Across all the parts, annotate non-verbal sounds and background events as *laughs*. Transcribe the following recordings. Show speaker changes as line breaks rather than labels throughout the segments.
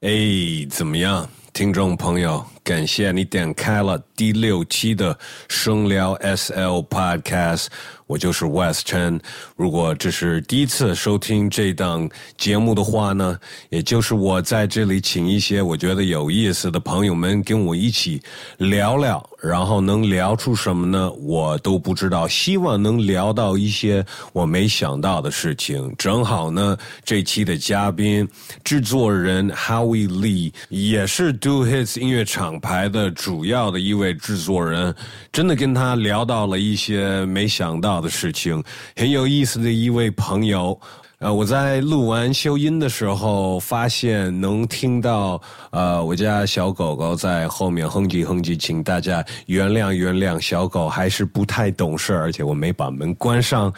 哎，怎么样，听众朋友？感谢你点开了第六期的声聊 SL Podcast，我就是 West Chen。如果这是第一次收听这档节目的话呢，也就是我在这里请一些我觉得有意思的朋友们跟我一起聊聊，然后能聊出什么呢？我都不知道，希望能聊到一些我没想到的事情。正好呢，这期的嘉宾制作人 Howie Lee 也是 Do Hits 音乐厂牌的主要的一位制作人，真的跟他聊到了一些没想到的事情，很有意思的一位朋友。呃，我在录完修音的时候，发现能听到呃我家小狗狗在后面哼唧哼唧，请大家原谅原谅，小狗还是不太懂事，而且我没把门关上，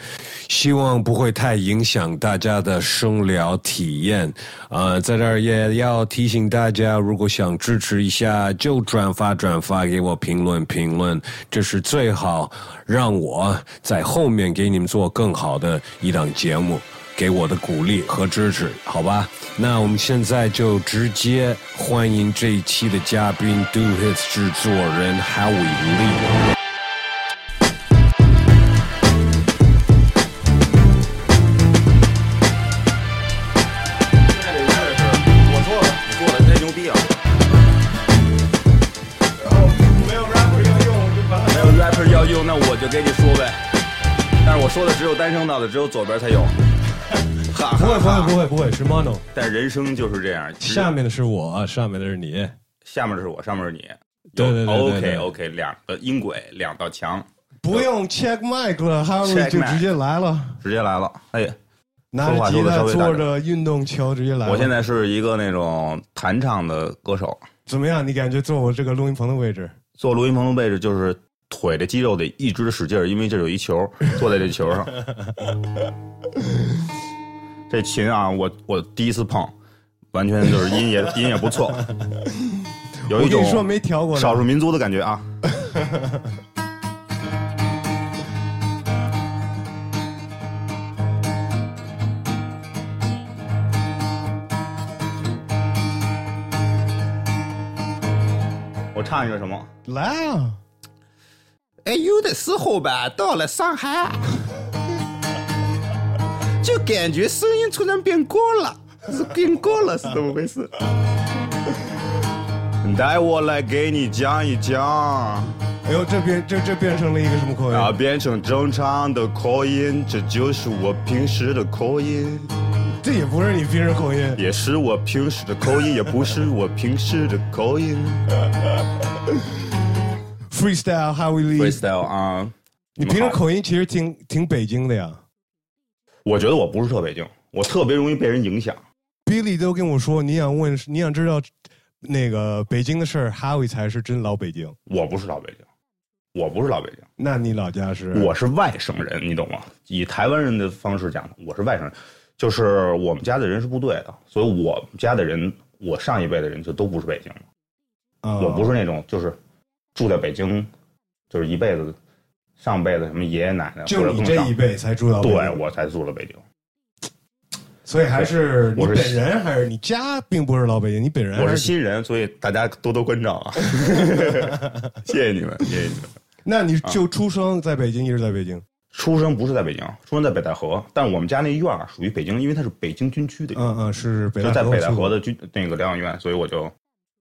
希望不会太影响大家的声聊体验。呃，在这儿也要提醒大家，如果想支持一下，就转发转发，给我评论评论，这是最好让我在后面给你们做更好的一档节目。给我的鼓励和支持，好吧？那我们现在就直接欢迎这一期的嘉宾 Do Hits 制作人 Howie Lee。
这事儿是我做的，你做的，你太牛逼啊！没有 rapper 要用，那我就给你说呗。但是我说的只有单声道的，只有左边才有。哈哈
不会，不
哈
会，不会，不会，是 Mono。
但人生就是这样，只有
下面的是我，上面的是你。
下面的是我，上面是你。
对对对对对
OK OK，两个音轨，两道墙，
不用 check mic 了 h a r r y
Check
就
mic
直接来了，
直接来了。哎，
拿着吉
说话说得
他
稍微大
坐
点
着运动球直接来了。
我现在是一个那种弹唱的歌手，
怎么样？你感觉坐我这个录音棚的位置？
做录音棚的位置就是腿的肌肉得一直使劲儿，因为这有一球，坐在这球上。这琴啊，我我第一次碰，完全就是音也音也不错，有
我
一
跟你说
种
没调过呢
少数民族的感觉啊。 *laughs* 我唱一个什么？
来啊！
哎，有的时候吧，到了上海，就感觉声音突然变高了，是变高了，是怎么回 *laughs* 事？待我来给你讲一讲啊，
哎呦，这变这这变成了一个什么口音？
变成正常的口音，这就是我平时的口音，
这也不是你平时口音。
也是我平时的口音，也不是我平时的口音。
Freestyle Howie Lee，
*laughs* Freestyle 啊，
你平时口音其实挺挺北京的呀。
我觉得我不是特北京，我特别容易被人影响。
Billy 都跟我说，你想问，你想知道那个北京的事儿，Howie 才是真老北京。
我不是老北京，我不是老北京。
那你老家是？
我是外省人，你懂吗？以台湾人的方式讲，我是外省人，就是我们家的人是部队的，所以我们家的人，我上一辈的人就都不是北京的。
啊
我不是那种就是住在北京，就是一辈子，上辈子什么爷爷奶奶或
就
者
你
更
这
上
一，辈才知道。
对我才住了北京。
所以还是你
我是
本人还是你家，并不是老北京，你本人
我
还
是新人，所以大家多多关照
*laughs*
啊！谢谢你们，谢谢你们。
那
啊
你就出生在北京，一直在北京。
出生不是在北京，出生在北戴河，但我们家那院儿属于北京，因为它是北京军区的
嗯嗯，是北
就在北戴河
的。
的军那个疗养院，所以我就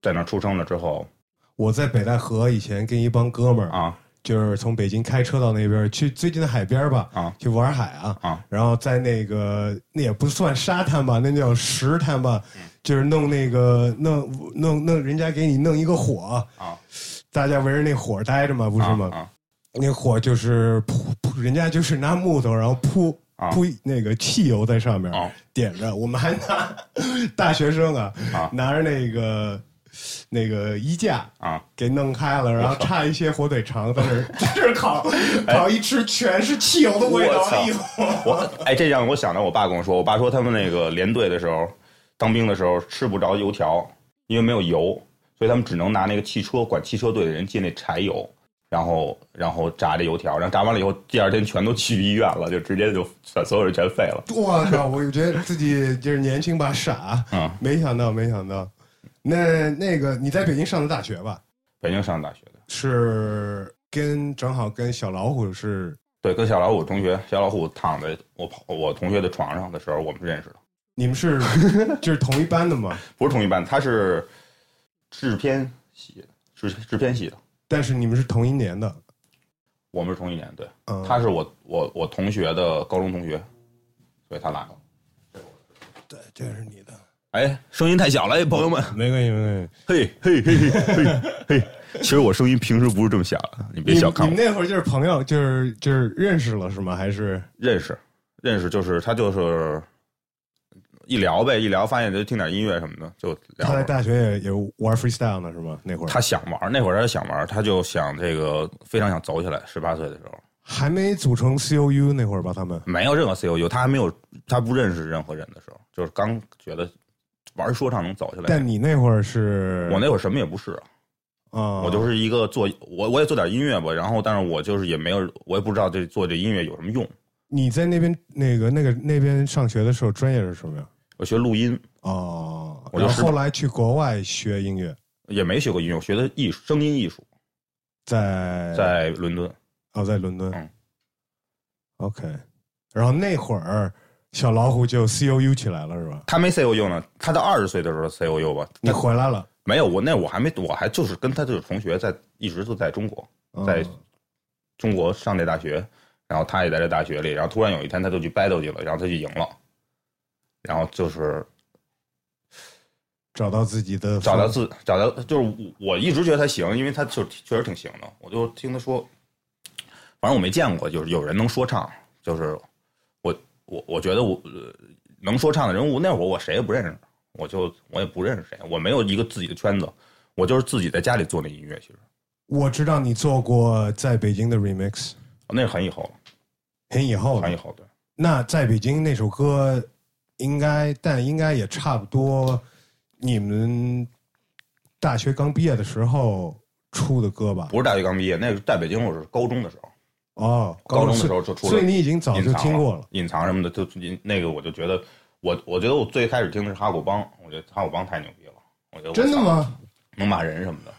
在那儿出生了之后
我在北戴河以前跟一帮哥们儿，
啊
就是从北京开车到那边去最近的海边吧，
啊
去玩海啊。
啊，
然后在那个那也不算沙滩吧，那叫石滩吧，
嗯
就是弄那个弄弄弄人家给你弄一个火
啊，
大家围着那火待着嘛，不是吗？
啊啊
那火就是铺铺，人家就是拿木头，然后铺
啊
铺那个汽油在上面、
啊
点着。我们还拿 *laughs* 大学生啊，
啊
拿着那个那个衣架
啊！
给弄开了，然后插一些火腿肠在那儿
*laughs*
在这儿烤，烤一吃全是汽油的味
哎
道
我。操
哎呦，
我哎，这让我想到我爸跟我说，我爸说他们那个连队的时候，当兵的时候吃不着油条，因为没有油，所以他们只能拿那个汽车管汽车队的人借那柴油。然后，然后炸这油条，然后炸完了以后，第二天全都去医院了，就直接就全所有人全废了。
我靠！我觉得自己就是年轻吧，傻，
嗯
没想到，没想到。那那个你在北京上的大学吧？
北京上大学的，
是跟正好跟小老虎是，
对，跟小老虎同学，小老虎躺在我跑我同学的床上的时候，我们认识的，
你
*laughs*
们是就是同一班的嘛？
不是同一班，他是制片系的，制制片系的，
但是你们是同一年的。
我们是同一年，对，
嗯，
他是我我我同学的高中同学，所以他来了。
对，这是你的，
哎，声音太小了，哎，朋友们，
没关系，没关系。
*laughs* 嘿嘿嘿嘿嘿嘿，其实我声音平时不是这么小的，你别小看
你
我
们。那会儿就是朋友，就是就是认识了是吗？还是
认识，认识就是他就是一聊呗，一聊发现就听点音乐什么的，就聊
他
会
在
儿。
大学也也玩 freestyle 呢是吗？那会儿
他想玩，那会儿他想玩，他就想这个非常想走起来。十八岁的时候，
还没组成 COU 那会儿吧？他们
没有任何 COU，他还没有他不认识任何人的时候，就是刚觉得玩说唱能走起来。
但你那会儿是
我那会儿什么也不是啊，
啊，
我就是一个做我我也做点音乐吧，然后但是我就是也没有，我也不知道这做这音乐有什么用。
你在那边那个那个那边上学的时候，专业是什么呀？
我学录音
哦，
我就
然后
是
后来去国外学音乐，
也没学过音乐，我学的艺术声音艺术，
在
在伦敦。
哦在伦敦、
嗯
o k 然后那会儿小老虎就 COU 起来了是吧？
他没 COU 呢，他到二十岁的时候 COU 吧。
你
他
回来了，
没有我那我还没我还就是跟他这个同学在一直都在中国，
嗯
在中国上这大学，然后他也在这大学里，然后突然有一天他就去 battle 去了，然后他就赢了，然后就是
找到自己的
找到
方
自找到就是我我一直觉得他行，因为他就确实挺行的，我就听他说，反正我没见过，就是有人能说唱，就是我我我觉得我、呃能说唱的人物，那会儿我谁也不认识，我就我也不认识谁，我没有一个自己的圈子，我就是自己在家里做那音乐，其实
我知道你做过在北京的 remix，
那是很以后了，
很以后
很以
了。
后对，
那在北京那首歌，应该但应该也差不多，你们大学刚毕业的时候出的歌吧？
不是大学刚毕业，那是在北京我是高中的时候，
哦，
高中的
所以
时候就出了
所以你已经早
隐
就
藏
听过了。
隐藏什么的，就隐那个我就觉得我我觉得我最开始听的是哈狗帮，我觉得哈狗帮太牛逼了，我觉得我
真的
操
吗？
能骂人什么的。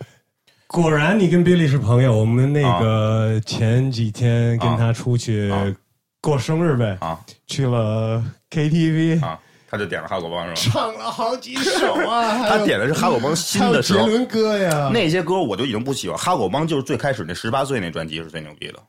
果然你跟 Billy 是朋友。我们那个前几天跟他出去
啊
过生日呗，
啊
去了 KTV，
啊，他就点了哈狗帮是吧？
唱了好几首
*laughs*
啊。还有
他点的是哈狗帮新的时
还有
候
杰，伦歌呀，
那些歌我就已经不喜欢。哈狗帮就是最开始那十八岁那专辑是最牛逼的，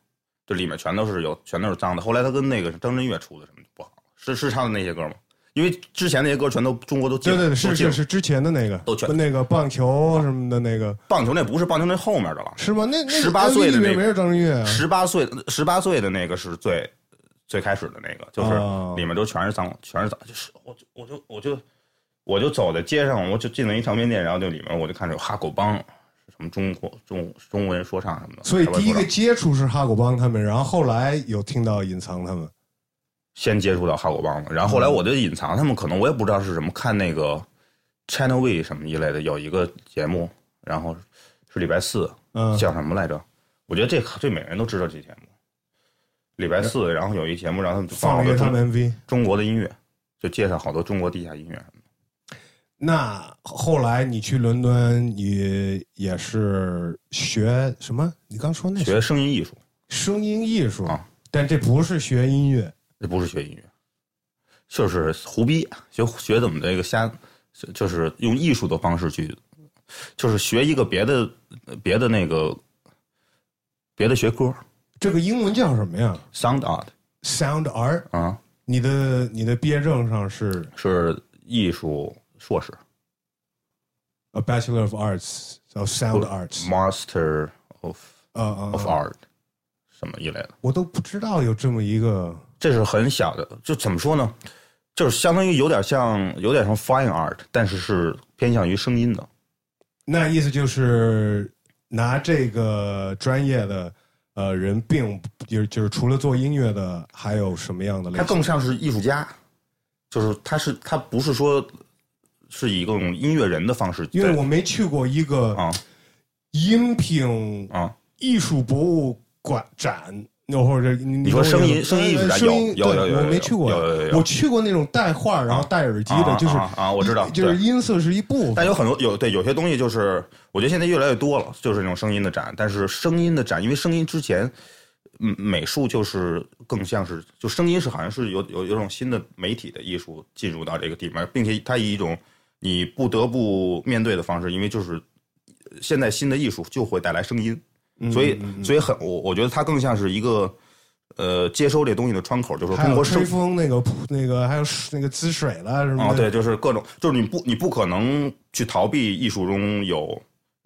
就里面全都是有全都是脏的。后来他跟那个张震岳出的什么就不好了，是是唱的那些歌吗？因为之前那些歌全都中国都禁
对
了，
对对，
都
是
禁
是
了
是之前的那个，
都全
那个棒球什么的那个
棒球那不是棒球那后面的了，
是吗？那那
18岁的那个
MV 里面没有张震岳啊，
十八岁十八岁的那个是最最开始的那个，就是
哦
里面都全是脏，全是脏，就是我就我就我就我就走在街上，我就进了一唱片店，然后就里面我就看着有哈狗帮，什么中国中中文说唱什么的，
所以第一
台湾说
个
唱
接触是哈狗帮他们，然后后来有听到隐藏他们，
先接触到哈狗帮的，然后后来
嗯
我就隐藏他们，可能我也不知道是什么，看那个 Channel V 什么一类的有一个节目，然后是礼拜四，
嗯，
叫什么来着？我觉得这这每个人都知道这节目。礼拜四，然后有一节目，然后他们就放
嗯放
好多
了一个他
中
们 MV。
中国的音乐，就介绍好多中国地下音乐什么的。
那后来你去伦敦，你也是学什么？你刚说那
学声音艺术，
声音艺术
啊，
但这不是学音乐，
这不是学音乐，就是胡逼，学学怎么这个瞎，就就是用艺术的方式去，就是学一个别的别的那个别的学科
这个英文叫什么呀
，sound art
？Sound Art。
啊，
你的你的毕业证上是
是艺术硕士
A Bachelor of Arts，叫 Sound Arts。
，master of
啊啊
of art，什么一类的。
我都不知道有这么一个
这是很小的，就怎么说呢？就是相当于有点像，有点像 fine art，但是是偏向于声音的。
那意思就是拿这个专业的呃人并不，就是就是除了做音乐的，还有什么样的类
它
型？
更像是艺术家，就是它是它不是说是以一种音乐人的方式在，
因为我没去过一个
啊
音频
啊
艺术博物馆展，那或者你
你说声音声音艺术展
呃声音
有有有有
对
有
我
有
没去过，
有有有有
我去过那种带画儿然后戴耳机的，
啊
就是
啊啊我知道
就是
对
音色是一部分
但有很多有对有些东西就是，我觉得现在越来越多了，就是那种声音的展。但是声音的展，因为声音之前，嗯，美术就是更像是就声音是好像是有有有种新的媒体的艺术进入到这个地方，并且它以一种你不得不面对的方式，因为就是呃现在新的艺术就会带来声音，
嗯
所以所以很我我觉得它更像是一个呃接收这东西的窗口，就是说
还
通
有
过声
吹风那个谱那个还有那个滋水了什么
哦，
的，
对，就是各种，就是你不你不可能去逃避艺术中有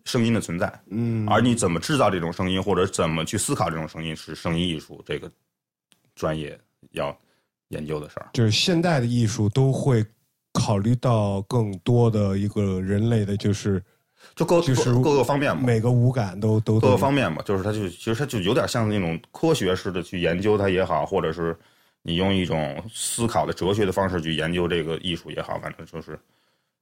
声音的存在，
嗯，
而你怎么制造这种声音，或者怎么去思考这种声音，是声音艺术这个专业要研究的事儿。
就是现代的艺术都会考虑到更多的一个人类的，就是
就各
就是
各各个方面嘛，
每个五感都都
各个
都
方面嘛，就是它就其实它就有点像那种科学式的去研究它也好，或者是你用一种思考的哲学的方式去研究这个艺术也好，反正就是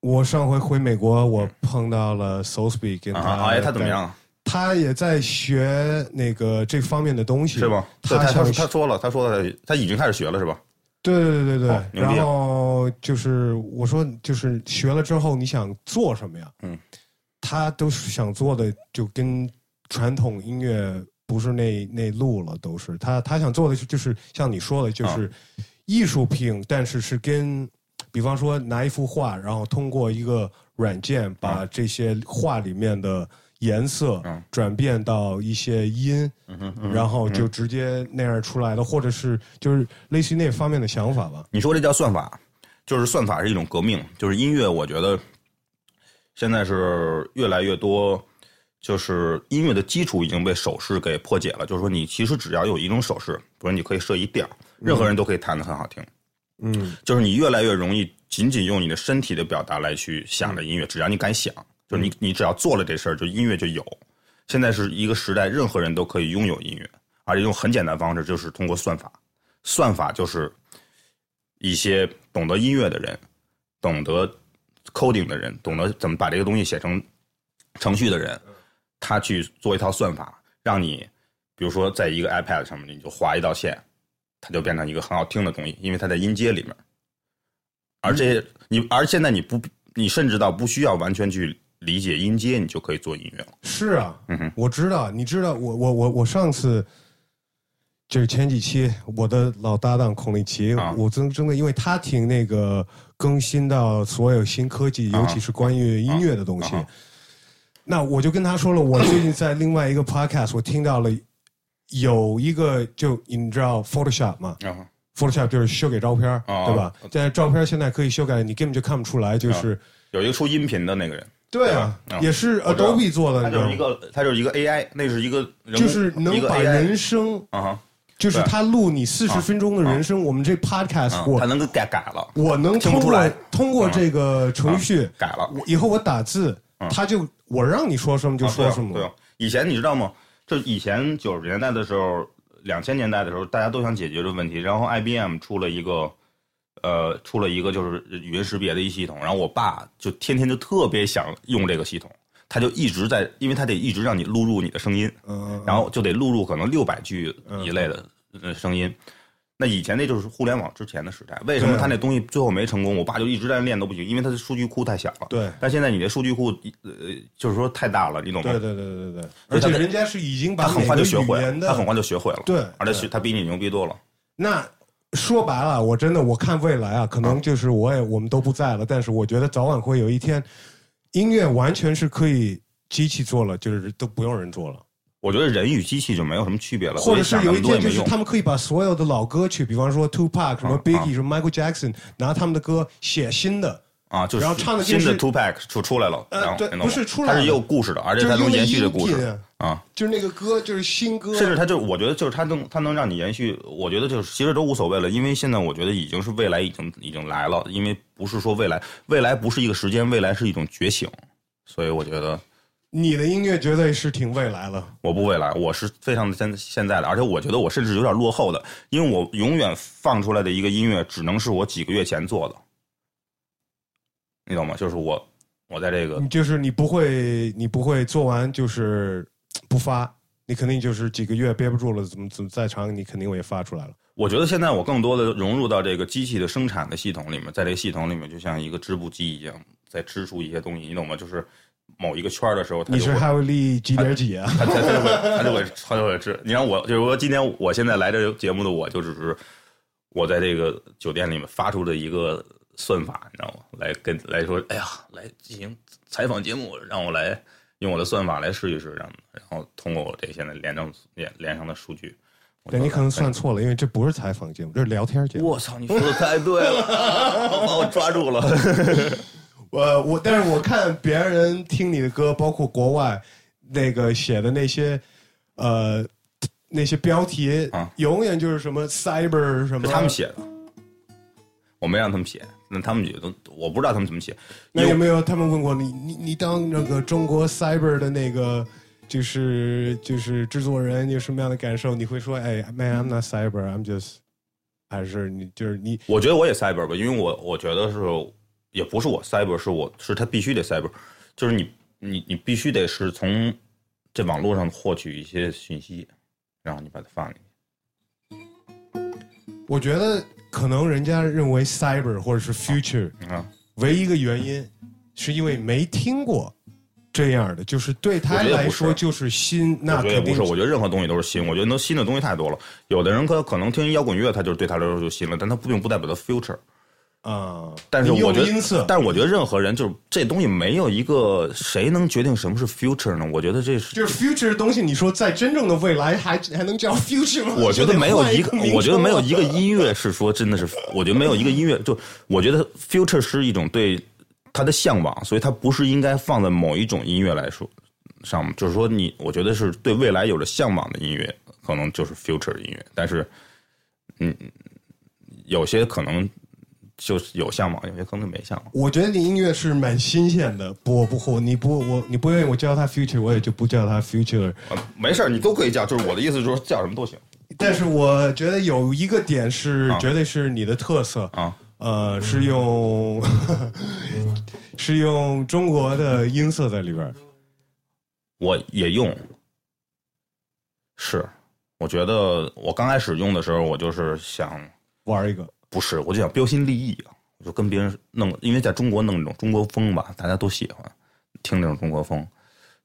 我上回回美国，我碰到了 So Speak，跟
啊
他、
嗯啊，哎，他怎么样？
他也在学那个这方面的东西，
是吗？对
他
他他
想
他说了，他说了，他已经开始学了是吧？
对对对对对，
哦牛逼
然后就是我说，就是学了之后你想做什么呀？
嗯，
他都是想做的就跟传统音乐不是那那路了，都是他他想做的就就是像你说的，就是艺术品，但是是跟，比方说拿一幅画，然后通过一个软件把这些画里面的颜色
嗯
转变到一些音，然后就直接那样出来的，或者是就是类似于那方面的想法吧。
你说这叫算法，就是算法是一种革命，就是音乐，我觉得现在是越来越多，就是音乐的基础已经被手势给破解了。就是说，你其实只要有一种手势，比如你可以设一调，任何人都可以弹得很好听。
嗯，
就是你越来越容易仅仅用你的身体的表达来去想着音乐，只要你敢想，就是你你只要做了这事儿，就音乐就有。现在是一个时代，任何人都可以拥有音乐，而且用很简单的方式，就是通过算法。算法就是一些懂得音乐的人，懂得 coding 的人，懂得怎么把这个东西写成程序的人，他去做一套算法，让你比如说在一个 iPad 上面，你就划一道线，它就变成一个很好听的东西，因为它在音阶里面。而这些你，而现在你不，你甚至到不需要完全去理解音阶，你就可以做音乐了。
是啊，
嗯哼，
我知道，你知道，我我我我上次就是前几期我的老搭档孔令奇，
啊
我真真的因为他听那个更新到所有新科技，
啊
尤其是关于音乐的东西。
啊啊
那我就跟他说了，我最近在另外一个 podcast 我听到了有一个就你知道 Photoshop 吗？
然后
Photoshop 就是修改照片儿，
哦
对吧？但照片儿现在可以修改，你根本就看不出来，就是、
有一个出音频的那个人，
对
啊嗯
也是
我知道
Adobe 做的，
他
你知
就
道
是
吗
一个，他就是一个 AI，那是一个人工
就是
一
能
个
把
AI
人声，
啊哈，
就是
对
他录你四十
啊
分钟的人声，我们这 podcast
啊
我、
他能给改改了，
我能
听
通
不出
过
来
通过
嗯
这个程序，
改啊了。
我以后我打字，他就我让你说什么就
啊对
说
啊
什么，
对啊以前你知道吗？就以前九十年代的时候，两千年代的时候，大家都想解决这个问题。然后 IBM 出了一个，呃，出了一个就是语音识别的一系统。然后我爸就天天就特别想用这个系统，他就一直在，因为他得一直让你录入你的声音，
嗯，
然后就得录入可能六百句一类的呃声音。那以前那就是互联网之前的时代，为什么
对啊
他那东西最后没成功？我爸就一直在练都不行，因为他的数据库太小了。
对
但现在你的数据库，呃，就是说太大了，你懂吗？
对对对对对对，
所
而
以他
且
的
人家是已经
他
把
很
每
快
个
就学
语
会了
言，
他很
的
快就学会了，
对
而且
对
学他比你牛逼多了。
那。说白了，我真的我看未来啊，可能就是我也我们都不在了，但是我觉得早晚会有一天，音乐完全是可以机器做了，就是都不用人做了。
我觉得人与机器就没有什么区别了，
或者是
所以想那
有
么
一
多也
天，
没
就是
用。
他们可以把所有的老歌曲，比方说 Tupac、什么
啊
Biggie、什么 Michael Jackson，拿他们的歌写新的，
啊，就是
然后唱的
新
电
的
视
Two Pack 出出来了，
呃
然后
对
你懂吗
不是出来了
它是有故事的，而且它能延续这故
就是用的音啊
事啊。
就是那个歌就是新歌，
甚至它就我觉得就是它能它能让你延续，我觉得就是其实都无所谓了，因为现在我觉得已经是未来已经已经来了，因为不是说未来，未来不是一个时间，未来是一种觉醒，所以我觉得
你的音乐绝对是挺未来了。
我不未来，我是非常的现现在的，而且我觉得我甚至有点落后的，因为我永远放出来的一个音乐，只能是我几个月前做的，你懂吗？就是我我在这个
嗯你就是你不会，你不会做完就是嘖不发，你肯定就是几个月憋不住了，怎么怎么再长，你肯定我也发出来了。
我觉得现在我更多的融入到这个机器的生产的系统里面，在这个系统里面，就像一个织布机一样，在织出一些东西，你懂吗？就是某一个圈儿的时候，它
你
就是会
还有力几点几啊？
他他他就会他就会他就会吃。你让我就是说，今天我现在来这节目的我，就只是我在这个酒店里面发出的一个算法，你知道吗？来跟来说，哎呀，来进行采访节目，让我来用我的算法来试一试，让然后通过我这现在连上连连上的数据，我
对，
就
你可能算错了，因为这不是采访节目，这是聊天节目。
我操，你说的太对了， *laughs* 把我抓住了。 *laughs*
呃，我但是我看别人听你的歌，包括国外那个写的那些呃那些标题，
啊
永远就是什么 cyber 什么，
是他们写的，我没让他们写，那他们也都我不知道他们怎么写。
那有没有他们问过你？你你当那个中国 Cyber 的那个就是就是制作人有什么样的感受？你会说，哎，Man，I'm not Cyber, I'm just，还是你就是你
我觉得我也 cyber 吧，因为我我觉得是也不是我 cyber，是我是他必须得 cyber，就是你你你必须得是从这网络上获取一些信息，然后你把它放进去。
我觉得可能人家认为 cyber 或者是 future
啊
唯一一个原因，是因为没听过这样的，就是对他
我觉得
来
不是
说就是新，
我
那
觉得也
肯
不
定
是，我觉得任何东西都是新，我觉得能新的东西太多了。有的人可可能听摇滚乐，他就是对他来说就新了，但他并不代表他 future。
啊。
但是
你
我
用
觉
音
得
色，，
但是我觉得任何人就是这东西没有一个谁能决定什么是 future 呢？我觉得这是
就是 future 的东西，你说在真正的未来还还能叫 future 吗？
我觉得没有一
一
个
*laughs* 名，称
我觉得没有一个
了
音乐是说真的是，我觉得没有一个音乐，就我觉得 future 是一种对它的向往，所以它不是应该放在某一种音乐来说上，就是说你，我觉得是对未来有了向往的音乐，可能就是 future 音乐，但是，嗯，有些可能就是有向往，有些可能就没向往。
我觉得你音乐是蛮新鲜的，不不不，你不我你不愿意我叫它 future，我也就不叫它 future。
啊没事儿你都可以叫，就是我的意思，就是叫什么都行
但是我觉得有一个点是，
啊
绝对是你的特色，
啊。
呃，是用 *laughs* 是用中国的音色在里边儿。
我也用，是，我觉得我刚开始用的时候，我就是想，
玩一个，
不是，我就想标新立异啊，我就跟别人弄，因为在中国弄这种中国风吧，大家都喜欢听这种中国风，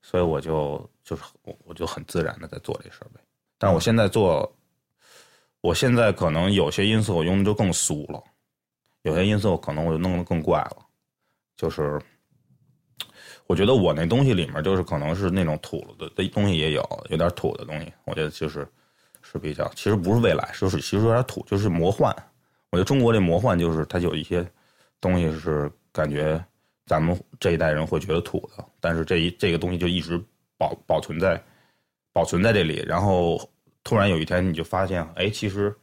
所以我就就是我我就很自然的在做这事儿呗。但是我现在做，我现在可能有些音色我用的就更俗了，有些音色我可能我就弄得更怪了，就是。我觉得我那东西里面就是可能是那种土了的的东西也有，有点土的东西。我觉得就是是比较，其实不是未来，就是其实有点土，就是魔幻。我觉得中国这魔幻就是它有一些东西是感觉咱们这一代人会觉得土的，但是这一这个东西就一直保保存在保存在这里，然后突然有一天你就发现，哎，其实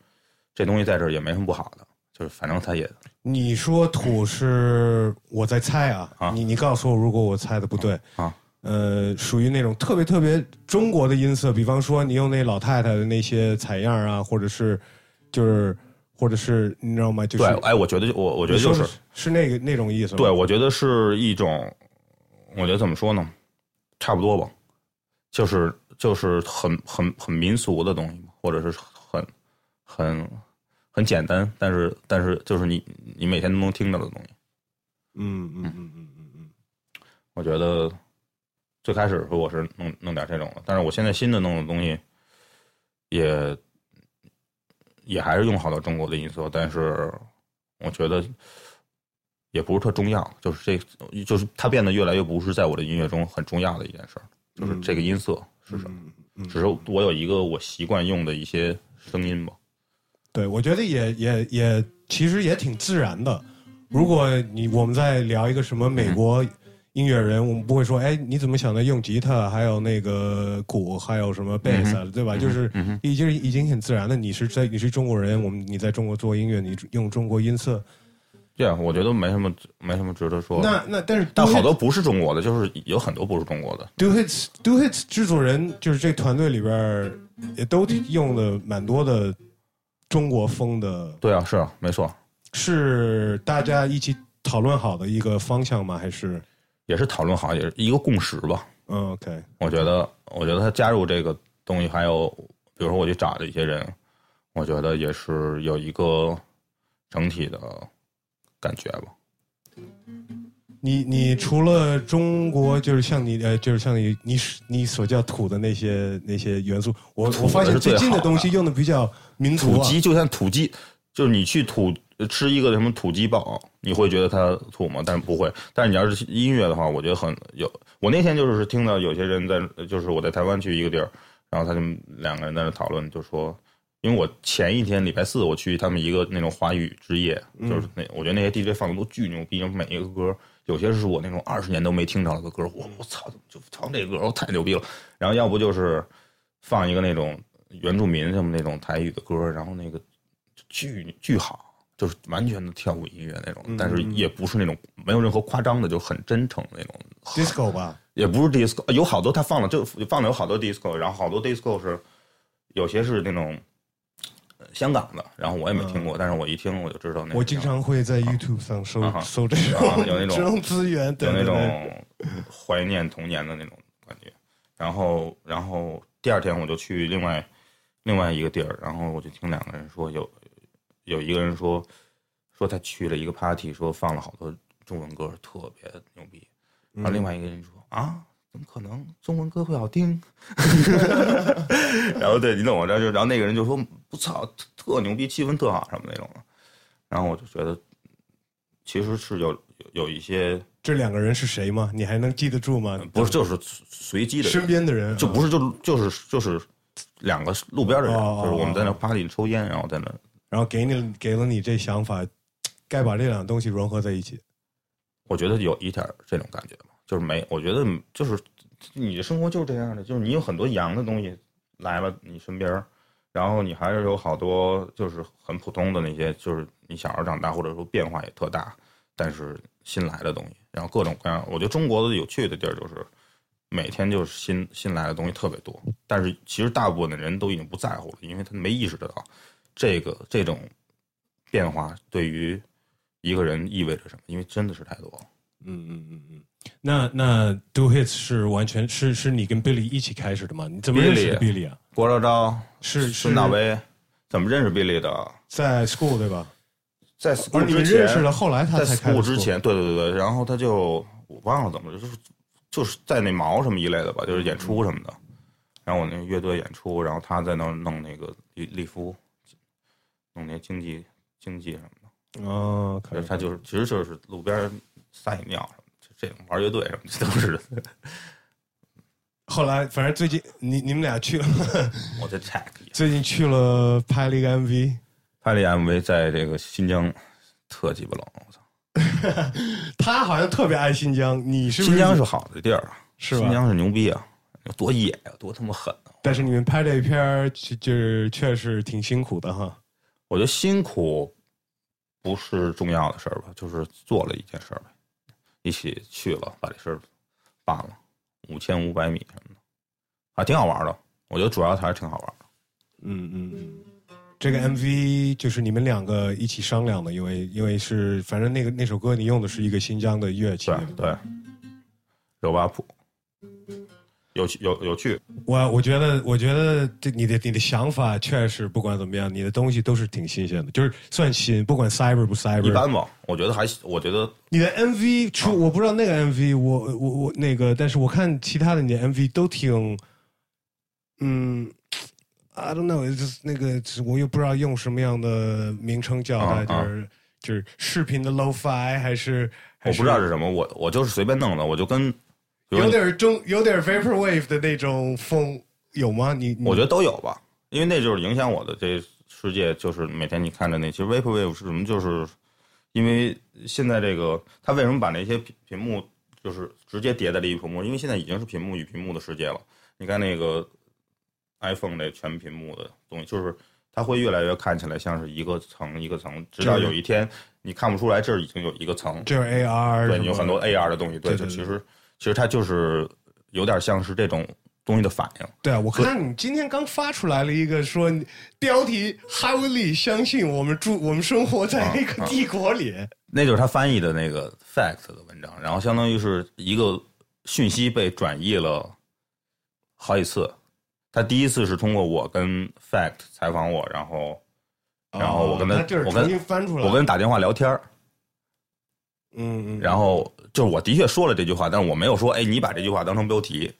这东西在这儿也没什么不好的，就是反正它也
你说土是我在猜啊，
啊
你你告诉我，如果我猜的不对
啊，
呃，属于那种特别特别中国的音色，比方说你用那老太太的那些采样啊，或者是就是或者是你知道吗？就是
对，哎，我觉得我我觉得
你
就
说
是
是是那个那种意思吗，
对，我觉得是一种，我觉得怎么说呢，差不多吧，就是就是很很很民俗的东西嘛，或者是很很很简单，但是但是就是你你每天都能听到的东西。
嗯嗯嗯嗯嗯嗯，
我觉得最开始我是弄弄点这种的，但是我现在新的弄的东西也也还是用好多中国的音色，但是我觉得也不是特重要，就是这就是它变得越来越不是在我的音乐中很重要的一件事儿，就是这个音色是什么，只是我有一个我习惯用的一些声音吧。
对，我觉得也也也其实也挺自然的。如果你我们在聊一个什么
嗯
美国音乐人，我们不会说，哎，你怎么想到用吉他，还有那个鼓，还有什么贝
嗯
斯、啊，对吧？就是已经已经很自然的，你是在你是中国人，我们你在中国做音乐，你用中国音色，
这样我觉得没什么没什么值得说的。
那那但是
但好多不是中国的，就是有很多不是中国的。
Do Hits Do Hits 制作人就是这团队里边儿也都用的蛮多的中国风的，
对啊，是啊，没错。
是大家一起讨论好的一个方向吗？还是
也是讨论好，也是一个共识吧。
嗯 OK？
我觉得，我觉得他加入这个东西，还有比如说我去找的一些人，我觉得也是有一个整体的感觉吧。
你你除了中国，就是像你呃，就是像你你你所叫土的那些那些元素，我
土
我发现
是最
最近
好的
的东西用的比较民族
土
啊，
鸡就像土鸡，就是你去土吃一个什么土鸡堡，你会觉得它土吗？但不会。但是你要是音乐的话，我觉得很有。我那天就是听到有些人在，就是我在台湾去一个地儿，然后他们两个人在那讨论，就说，因为我前一天礼拜四我去他们一个那种华语之夜，就是那我觉得那些 DJ 放的都巨牛逼，每一个歌。有些是我那种二十年都没听着的歌，我我操，就唱这歌，我太牛逼了。然后要不就是放一个那种原住民什么那种台语的歌，然后那个巨巨好，就是完全的跳舞音乐那种，但是也不是那种没有任何夸张的，就很真诚的那种，
disco 吧，
也不是 disco，有好多他放了就放了有好多 disco，然后好多 disco 是有些是那种。呃香港的，然后我也没听过，但是我一听我就知道那个。
嗯我经常会在 YouTube 上搜、
啊哈
搜这种、
啊有那种
这种资源，对
有那
对对
种怀念童年的那种感觉。然后，然后第二天我就去另外另外一个地儿，然后我就听两个人说有有一个人说说他去了一个 party，说放了好多中文歌，特别牛逼。然后另外一个人说、
嗯
啊。怎么可能中文歌会好听？ *laughs* 然后对你懂我这就，然后那个人就说：“我操，特特牛逼，气氛特好什么那种的。”然后我就觉得，其实是有有有一些
这两个人是谁吗？你还能记得住吗？
不是，就是随机的
身
人，
边的人，
就
啊
不是就就是就是两个路边的人，
哦哦
就是我们在那
哦
趴里抽烟，然后在那
然后给你给了你这想法，该把这两个东西融合在一起。
我觉得有一点儿这种感觉吧，就是没，我觉得就是你的生活就是这样的，就是你有很多洋的东西来了你身边儿，然后你还是有好多就是很普通的那些，就是你小时候长大或者说变化也特大，但是新来的东西，然后各种各样，我觉得中国的有趣的地儿就是。每天就是新新来的东西特别多，但是其实大部分的人都已经不在乎了，因为他没意识得到这个这种变化对于一个人意味着什么，因为真的是太多了。
嗯嗯嗯嗯。那那 Do Hits 是完全是是你跟 Billy 一起开始的吗？你怎么认识的 Billy 啊？
郭昭昭、
是是
孙大威怎么认识 Billy 的？
在 school 对吧？
在
不
school
是你们
之
认识了，
前，
后来他
在
才开的
school 之前，对对对对，然后他就我忘了怎么了就是就是在那毛什么一类的吧，就是演出什么的。然后我那乐队演出，然后他在那儿弄那个利利夫，弄那经济经济什么的。
啊，可
可
以
是他就是其实就是路边撒野尿什么的，这种玩乐队什么的这都是。
后来反正最近你你们俩去了，
我在 check 一下。
最近去了拍了一个 MV，
拍了一 MV，在这个新疆特鸡巴冷，我操！
他好像特别爱新疆，你是不
新
是
疆是好的地儿啊，
是
新
吧？
疆是牛逼啊，有多野呀、多他妈狠啊！
但是你们拍这片儿就就是确实挺辛苦的哈。
我觉得辛苦不是重要的事儿吧，就是做了一件事儿呗，一起去了，把这事儿办了，五千五百米什么的，还挺好玩的。我觉得主要还是挺好玩的。
嗯嗯嗯，这个 MV 就是你们两个一起商量的，因为因为是反正那个那首歌你用的是一个新疆的乐器，
对对，有吧谱，有趣有有趣，
我我觉得我觉得这你的你的想法确实不管怎么样，你的东西都是挺新鲜的，就是算新，不管 cyber 不
一
cyber。
般吧。我觉得还我觉得
你的 MV
哦
除我不知道那个 MV，我我我那个，但是我看其他的你的 MV 都挺，嗯。I don't know，就是那个，我又不知道用什么样的名称叫它，
啊
就
啊
是、就是视频的 low-fi 还是还
我
是
不知道是什么，我我就是随便弄的，我就跟
有点中有点 vaporwave 的那种风有吗？你你
我觉得都有吧，因为那就是影响我的这世界，就是每天你看着那些 vaporwave 是什么，就是因为现在这个它为什么把那些屏屏幕就是直接叠在这一屏幕？因为现在已经是屏幕与屏幕的世界了。你看那个 iPhone 那全屏幕的东西，就是它会越来越看起来像是一个层一个层，直到有一天你看不出来这儿已经有一个层，
就是 AR，
对，
什
你有
么
很多 AR 的东西，
对
就
对
其实其实它就是有点像是这种东西的反应。
对啊，我看你今天刚发出来了一个说你标题“哈维利相信我们住我们生活在那个帝国里
那就是他翻译的那个 fact 的文章，然后相当于是一个讯息被转译了好几次，他第一次是通过我跟 Fact 采访我，然后啊然后我跟他
哦就是
我跟
重新翻出来，
我跟他打电话聊天儿
嗯嗯，
然后就是我的确说了这句话，但是我没有说，哎，你把这句话当成标题。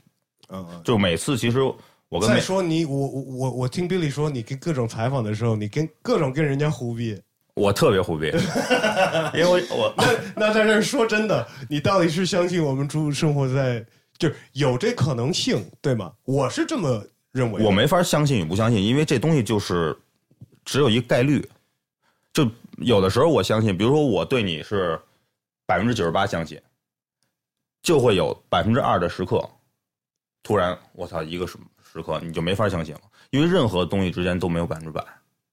嗯嗯。
就每次其实我跟
再
每
说你，我我我我听 Billy 说，你跟各种采访的时候，你跟各种跟人家胡逼。
我特别
*laughs*
胡逼，因为我
那那在这儿说真的，你到底是相信我们住生活在就是有这可能性，对吗？我是这么认为的。
我没法相信与不相信，因为这东西就是只有一概率。就有的时候我相信，比如说我对你是百分之九十八相信，就会有百分之二的时刻，突然我操一个时时刻你就没法相信了，因为任何东西之间都没有百分之百，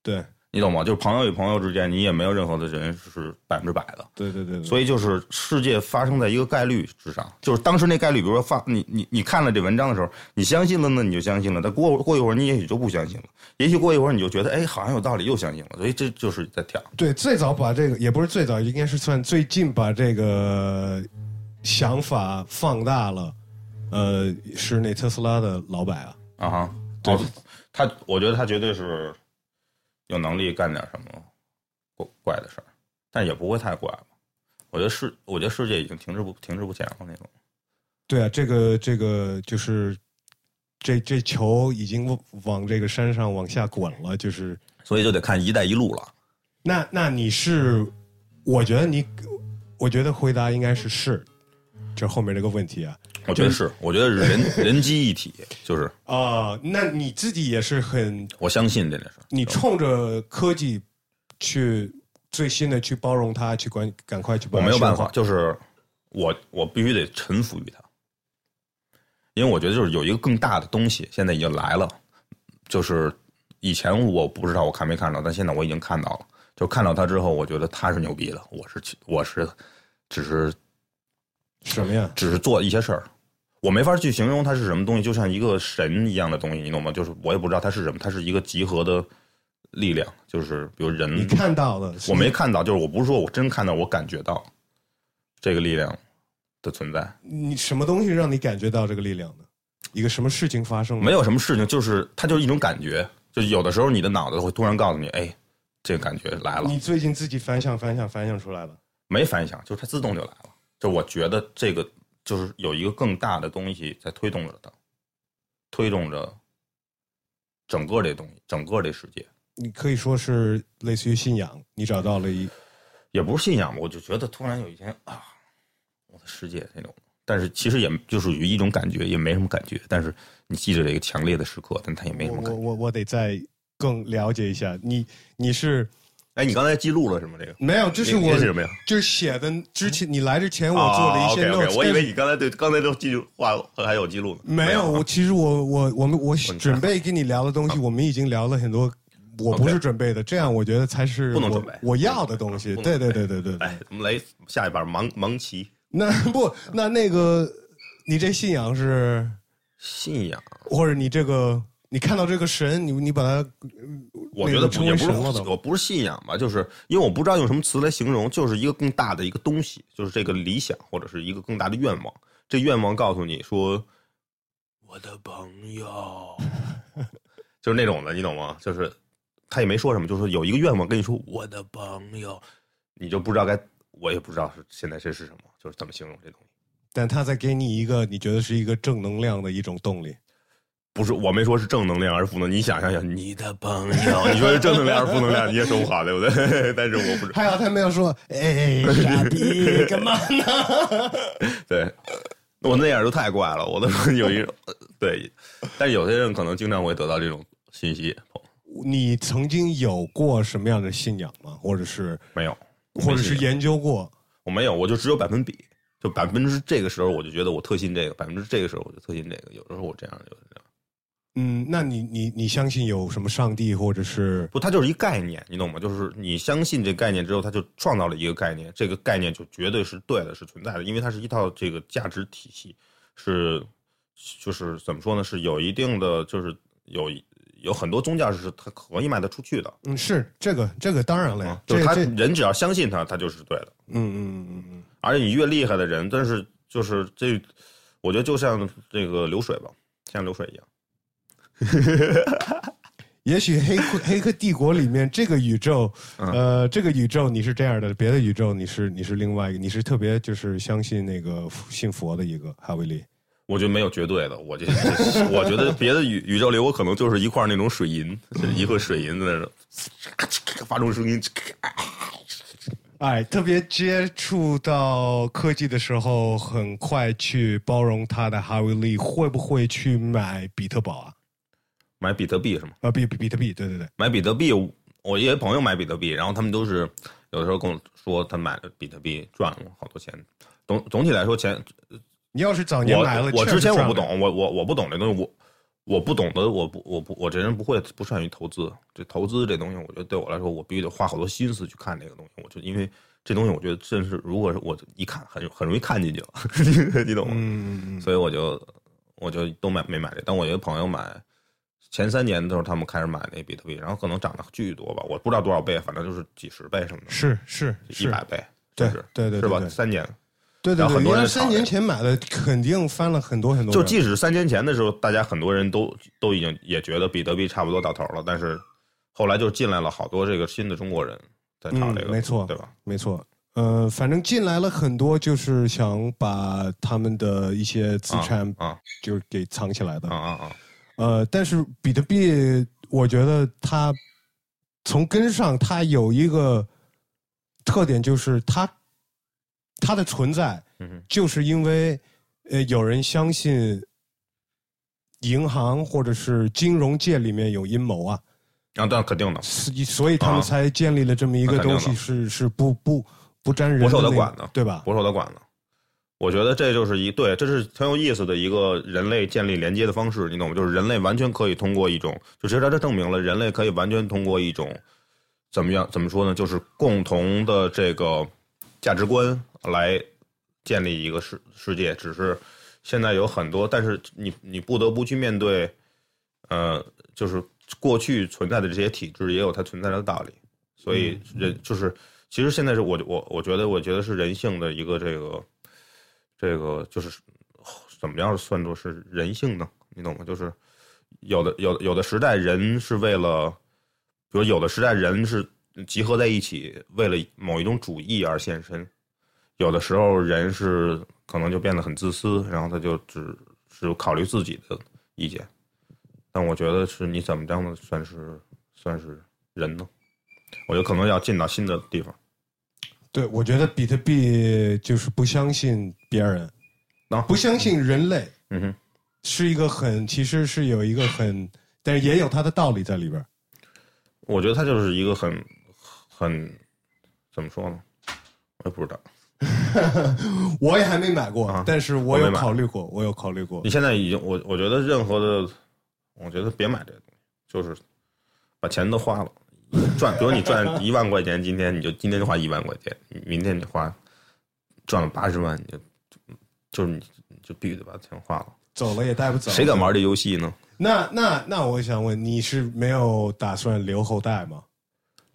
对
你懂吗？就是朋友与朋友之间，你也没有任何的人是百分之百的。
对对对对，
所以就是世界发生在一个概率之上，就是当时那概率，比如说发你你你看了这文章的时候，你相信了呢，你就相信了，但过过一会儿你也许就不相信了，也许过一会儿你就觉得哎好像有道理，又相信了，所以这就是在跳。
对，最早把这个也不是最早，应该是算最近把这个想法放大了。呃，是那特斯拉的老板啊，
啊哈，
对
哦他我觉得他绝对是有能力干点什么怪怪的事儿，但也不会太怪吧。我觉得世，我觉得世界已经停滞不停滞不前了那种。
对啊，这个这个就是这这球已经往这个山上往下滚了，就是
所以就得看“一带一路”了。
那那你是，我觉得你，我觉得回答应该是是，这后面这个问题啊，
我觉得是，我觉得人人机一体，就是
啊、那你自己也是很，
我相信这件事儿。
你冲着科技去最新的去包容它，去管赶快去把
我
它
没有办
驯
法，
化，
就是我我必须得臣服于他，因为我觉得就是有一个更大的东西现在已经来了，就是以前我不知道我看没看到，但现在我已经看到了。就看到他之后，我觉得他是牛逼的，我是我是只是
什么呀？
只是做一些事儿，我没法去形容它是什么东西，就像一个神一样的东西，你懂吗？就是我也不知道它是什么，它是一个集合的力量，就是比如人
你看到的，
嗯我没看到，就是我不是说我真看到，我感觉到这个力量的存在。
你，你什么东西让你感觉到这个力量呢？一个什么事情发生了？
没有什么事情，就是它就是一种感觉，就是有的时候你的脑袋会突然告诉你，哎，这个感觉来了，
你最近自己反想反想反想出来了，
没反响，就是它自动就来了。就我觉得这个就是有一个更大的东西在推动着它，推动着整个这东西，整个这世界。
你可以说是类似于信仰，你找到了一
也不是信仰吧，我就觉得突然有一天啊，我的世界那种。但是其实也就属于一种感觉，也没什么感觉。但是你记着这个强烈的时刻，但它也没什么
我
感
我
觉。
我我得再更了解一下你，你是
哎，你刚才记录了是吗？这个
没有？这是我
这是什么呀？
就是写的之前你来之前我做了一些
o k
notes，、
啊我以为你刚才对刚才都记录话还有记啊录呢。
没有。我其实我我我们我准备跟你聊的东西，我们已经聊了很多。我不是准备的，这样我觉得才是
不能
我
准备
我要的东西。
不能
对对对
准
对对对。
哎，我们来下一把盲盲棋
那不那那个，你这信仰是，
信仰。
或者你这个你看到这个神，你你把它，
我
那
觉
个
得
成
不
为
也不
神了
是
都
我不是信仰吧，就是因为我不知道用什么词来形容，就是一个更大的一个东西，就是这个理想或者是一个更大的愿望。这愿望告诉你说，我的朋友，就是那种的，你懂吗？就是他也没说什么，就是有一个愿望跟你说我的朋友，你就不知道该，我也不知道是现在这是什么，就是怎么形容这东西。
但它再给你一个你觉得是一个正能量的一种动力。
不是，我没说是正能量还是负能量，你想想想，你的朋友，你说是正能量还是负能量，你也说不好，对不对？ *laughs* 但是我不知道。
还有他没有说，哎，傻逼，干嘛呢？ *laughs*
对，我那样就太怪了，我都说有一种呃对，但是有些人可能经常会得到这种信息，哦
你曾经有过什么样的信仰吗？或者是，
没有，
或者是
没信
研究过？
我没有，我就只有百分比，就百分之这个时候我就觉得我特信这个，百分之这个时候我就特信这个，有的时候我这样就是这样，
嗯，那你你你相信有什么上帝，或者是
不，它就是一概念，你懂吗？就是你相信这概念之后，它就创造了一个概念，这个概念就绝对是对的，是存在的，因为它是一套这个价值体系，是就是怎么说呢？是有一定的，就是有有很多宗教是它可以卖得出去的。
嗯，是这个这个当然了呀，
啊就
这
是他
这嗯
人只要相信他，他就是对的。
嗯嗯嗯嗯，
而且你越厉害的人，但是就是这，我觉得就像这个流水吧，像流水一样，
也许黑客黑客帝国里面这个宇宙，
嗯
呃，这个宇宙你是这样的，别的宇宙你是你是另外一个，你是特别就是相信那个信佛的一个哈维利。
我觉得没有绝对的，我这我觉得别的宇 *laughs* 宇宙里，我可能就是一块那种水银，一个水银在那儿发出声音，
哎，特别接触到科技的时候，很快去包容它的哈维利，会不会去买比特宝啊？
买比特币是吗？
啊，比比比特币，对对对，
买比特币，我一些朋友买比特币，然后他们都是有的时候跟我说，他买了比特币赚了好多钱。总总体来说，钱
啊你要是早年买了
我，我
确实
之前我
赚
不
了
懂，我我我不懂这东西，我我不懂得，我不我不我这人不会不善于投资。这投资这东西，我觉得对我来说，我必须得花好多心思去看这个东西。我就因为这东西，我觉得真是，如果是我一看，很很容易看进去了， *laughs* 你懂吗？
嗯，嗯嗯
所以我就我就都买没买这，但我有一个朋友买前三年的时候，他们开始买那比特币，然后可能涨得巨多吧，我不知道多少倍，反正就是几十倍什么的，
是是
一
是，
百倍，
对
是
对对
是
对
吧？
对
三年，
对对
然后很
对，
多
你
人
要
炒
三
这
年
个
前买的，肯定翻了很多很多
就
倍。
即使三年前的时候，大家很多人都都已经也觉得比特币差不多到头了，但是后来就进来了好多这个新的中国人在炒这个，
嗯没错
对吧？
没错，呃，反正进来了很多，就是想把他们的一些资产
啊
就是给藏起来的
啊。啊啊！
呃，但是比特币，我觉得它从根上它有一个特点，就是它它的存在
嗯哼，
就是因为呃有人相信银行或者是金融界里面有阴谋啊，
啊，但肯定的，
所以所以他们
啊
才建立了这么一个
那肯定
东
的
西，是是不不不沾人
不受
的
他
那
管
个
的
对吧？
不受他管的。我觉得这就是一对，这是很有意思的一个人类建立连接的方式，你懂吗？就是人类完全可以通过一种，就其实它这证明了人类可以完全通过一种怎么样怎么说呢？就是共同的这个价值观来建立一个世世界。只是现在有很多，但是你你不得不去面对，呃，就是过去存在的这些体制也有它存在的道理。所以人就是，其实现在是我我我觉得我觉得是人性的一个这个这个就是怎么样算作是人性呢？你懂吗？就是有的有有的时代人是为了，比如有的时代人是集合在一起为了某一种主义而献身，有的时候人是可能就变得很自私，然后他就只只考虑自己的意见。但我觉得是你怎么着呢？算是算是人呢？我觉得可能要进到新的地方。
对，我觉得比特币就是不相信别人，
啊
不相信人类，
嗯哼，
是一个很其实是有一个很，但是也有它的道理在里边儿。
我觉得他就是一个很很怎么说呢？我也不知道。
我也还没买过，
啊
但是我
我
有
没买
考虑过，我有考虑过
你。现在已经，我我觉得任何的，我觉得别买这个东西，就是把钱都花了，赚，比如你赚一万块钱，今天你就今天就花一万块钱，明天你花赚了八十万，你就就是你你就必须得把钱花了。
走了也带不走。
谁敢玩这游戏呢？
那那那，我想问，你是没有打算留后代吗？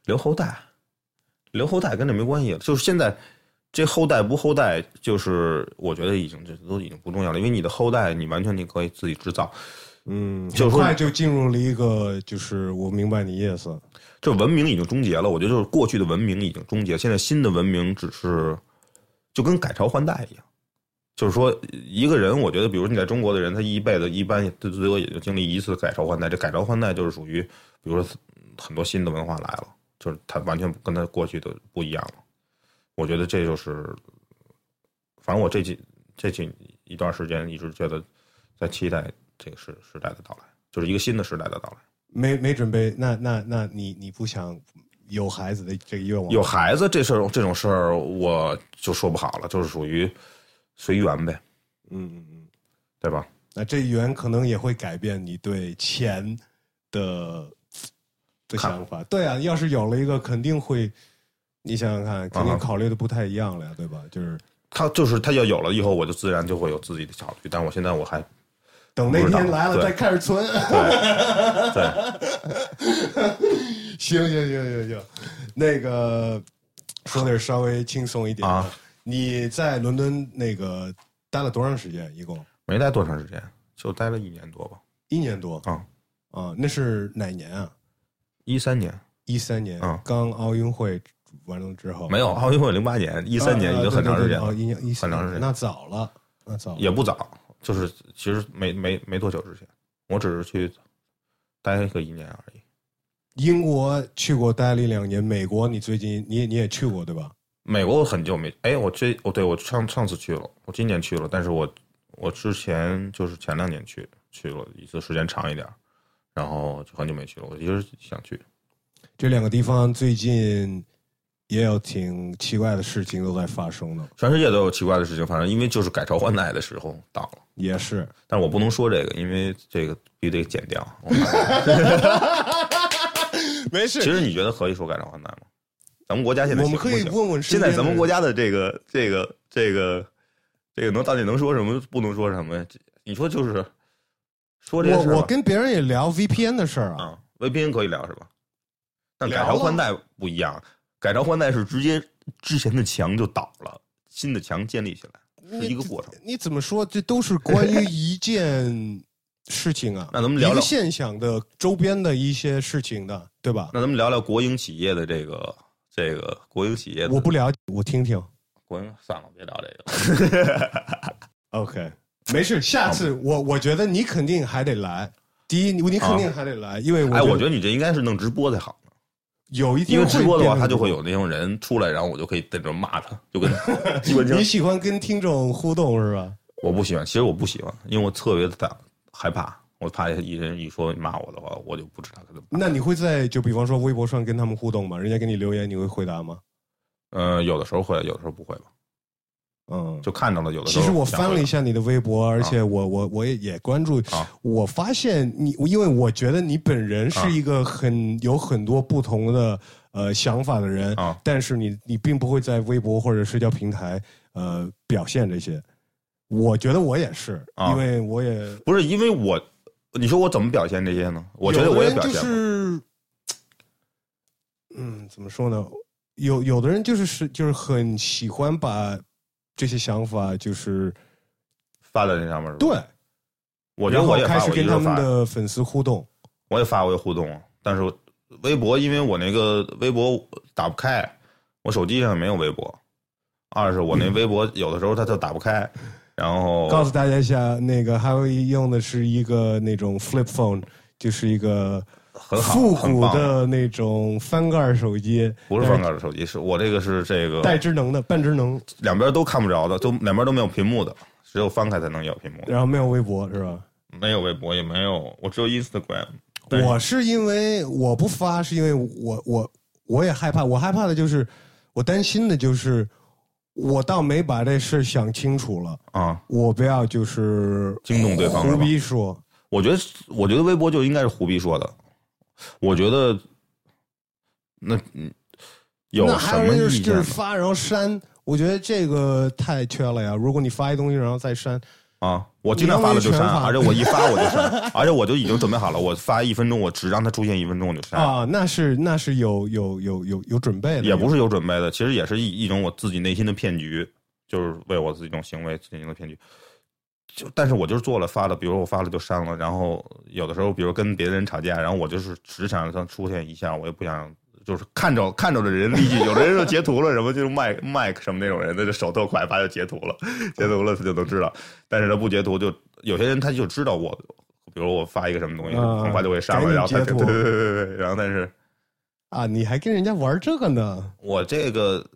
留后代，留后代跟这没关系了。就是现在这后代不后代，就是我觉得已经这都已经不重要了，因为你的后代你完全你可以自己制造。
嗯，
就是
很
说
快就进入了一个，就是我明白你意思。
这文明已经终结了，我觉得就是过去的文明已经终结，现在新的文明只是就跟改朝换代一样，就是说一个人，我觉得，比如你在中国的人，他一辈子一般最最多也就经历一次改朝换代，这改朝换代就是属于，比如说很多新的文化来了，就是他完全跟他过去的不一样了。我觉得这就是，反正我这几这几一段时间一直觉得在期待这个时时代的到来，就是一个新的时代的到来。
没没准备，那那那你你不想有孩子的这个愿望？
有孩子这事儿，这种事儿我就说不好了，就是属于随缘呗，
嗯嗯嗯。
对吧？
那这语言可能也会改变你对钱的的
看
想法。对啊，要是有了一个，肯定会，你想想
啊
看，肯定考虑的不太一样了呀，对吧？就是
他就是他要有了以后，我就自然就会有自己的考虑。但我现在我还
等那
不知道
天来了
对
再开始存。
对
*laughs*
对，
行行行行行，那个说点稍微轻松一点的
啊
你在伦敦那个待了多长时间？一共
没待多长时间，就待了一年多吧。
一年多
啊
啊、那是哪年啊？
一三年
一三年，
嗯
刚奥运会完了之后，啊
没有奥运会，零八年、一
一
三年已经很长时间了，
哦一
很长时间
那早了，那早了
也不早，就是其实没没没多久之前，我只是去待个一年而已。
英国去过待了一两年，美国你最近你也你也去过对吧？
美国我很久没，哎，我这哦，对我上上次去了，我今年去了，但是我我之前就是前两年去去了一次，时间长一点儿，然后就很久没去了，我一直想去。
这两个地方最近也有挺奇怪的事情都在发生呢，
全世界都有奇怪的事情，反正因为就是改朝换代的时候到了，
也是
但是我不能说这个，因为这个必须得剪
*laughs*
掉。我怕
没事
其实你觉得可以说改朝换代吗？咱们国家现在
我
行
们
不
可以
行
问问身
现
边的
在
人
咱们国家的这个这个这个这个能到底能说什么，不能说什么？这你说就是说这些事儿
我我
吧
跟别人也聊 VPN 的事儿啊，
啊，VPN 可以聊是吧？但改
聊
朝
了
换代不一样，改朝换代是直接之前的墙就倒了，新的墙建立起来是一个过程。
你怎么说？这都是关于一件事情
*laughs*
啊，
那咱们聊聊
一个现象的周边的一些事情的，对吧？
那咱们聊聊国营企业的这个这个国营企业的，
我不了解，我听听。
国营算了，别聊这个。
OK，没事，下次我我觉得你肯定还得来。第一，你你肯定还得来，因为我
哎，我觉
得
得你这应该是弄直播才好呢，
有一
因
天
为直播的话，
会变成
他就会有那种人出来，然后我就可以在这骂他，就
*laughs*
跟机关
你
枪。
喜欢跟听众互动是吧？
我不喜欢，其实我不喜欢，因为我特别的害怕，我怕一人一说骂我的话，我就不知道该怎么办。
那你会在就比方说微博上跟他们互动吗？人家给你留言，你会回答吗？
呃，有的时候会，有的时候不会吧，
嗯，
就看到了，有的时
其
候
实我
想回
翻了
答
一下你的微博，而且我我我也也关注
啊，
我发现你，因为我觉得你本人是一个很有很多不同的呃想法的人
啊，
但是你你并不会在微博或者社交平台呃表现这些。我觉得我也是，
啊
因为我也
不是因为我，你说我怎么表现这些呢？我觉得
有的
我也
人
表现
就
过，
是，嗯，怎么说呢？有有的人就是是就是很喜欢把这些想法就是
发在那上面是吧？
对，
我觉
然
得
后
我也
开
发，
始
我一
跟
直
他
都
们
发，
的粉丝互动。
我也发，我也互动啊。但是微博，因为我那个微博打不开，我手机上没有微博。二是我那微博有的时候它就打不开，
嗯
然后
告诉大家一下，那个 Harvey 用的是一个那种 flip phone，就是一个
很好
复
很
古
棒
的那种翻盖手机，
不是翻盖的手机，是我这个是这个
带智能的、半智能，
两边都看不着的，都两边都没有屏幕的，只有翻开才能有屏幕的，
然后没有微博，是吧？
没有微博也没有，我只有 Instagram。对
我是因为我不发，是因为我我我也害怕，我害怕的就是我担心的就是我倒没把这事想清楚了，
啊，
我不要就是
惊动对方是吧
胡逼说，
我觉得，我觉得微博就应该是胡逼说的。我觉得，那嗯有
那
什
还有
么
人就
意
是
见
就是
呢？
发然后删，我觉得这个太缺了呀！如果你发一东西然后再删，
啊，我经常发了就删，啊
你要不然全发
而且我一发我就
*laughs*
删，而且我就已经准备好了，我发一分钟，我只让它出现一分钟我就删，
啊，那是那是有有有有有准备
哎
的，
也不是有准备的，其实也是一一种我自己内心的骗局，就是为我自己这种行为进行的骗局。就但是我就是做了发了，比如我发了就删了，然后有的时候比如跟别人吵架，然后我就是只想让它出现一下，我也不想。就是看着看着的人理解，有的人就截图了，什么就是麦麦什么那种人，他就手特快，啪就截图了，截图了他就能知道。但是他不截图就，有些人他就知道我，比如我发一个什么东西，
嗯
很快就会删了，
赶紧
然后他
截
就
图
对对对对对，然后但是
啊，你还跟人家玩这个呢？
我这个，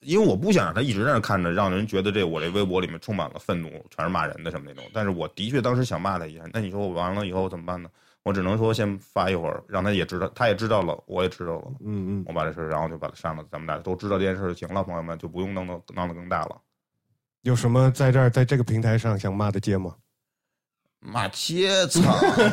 因为我不想让他一直在那看着，让人觉得这我这微博里面充满了愤怒，全是骂人的什么那种。但是我的确当时想骂他一下，那你说我完了以后怎么办呢？我只能说先发一会儿，让他也知道，他也知道了，我也知道了，
嗯嗯，
我把这事儿然后就把他删了，咱们俩都知道这件事儿就行了，朋友们就不用弄得闹得更大了。
有什么在这儿在这个平台上想骂的街吗？
骂街，操，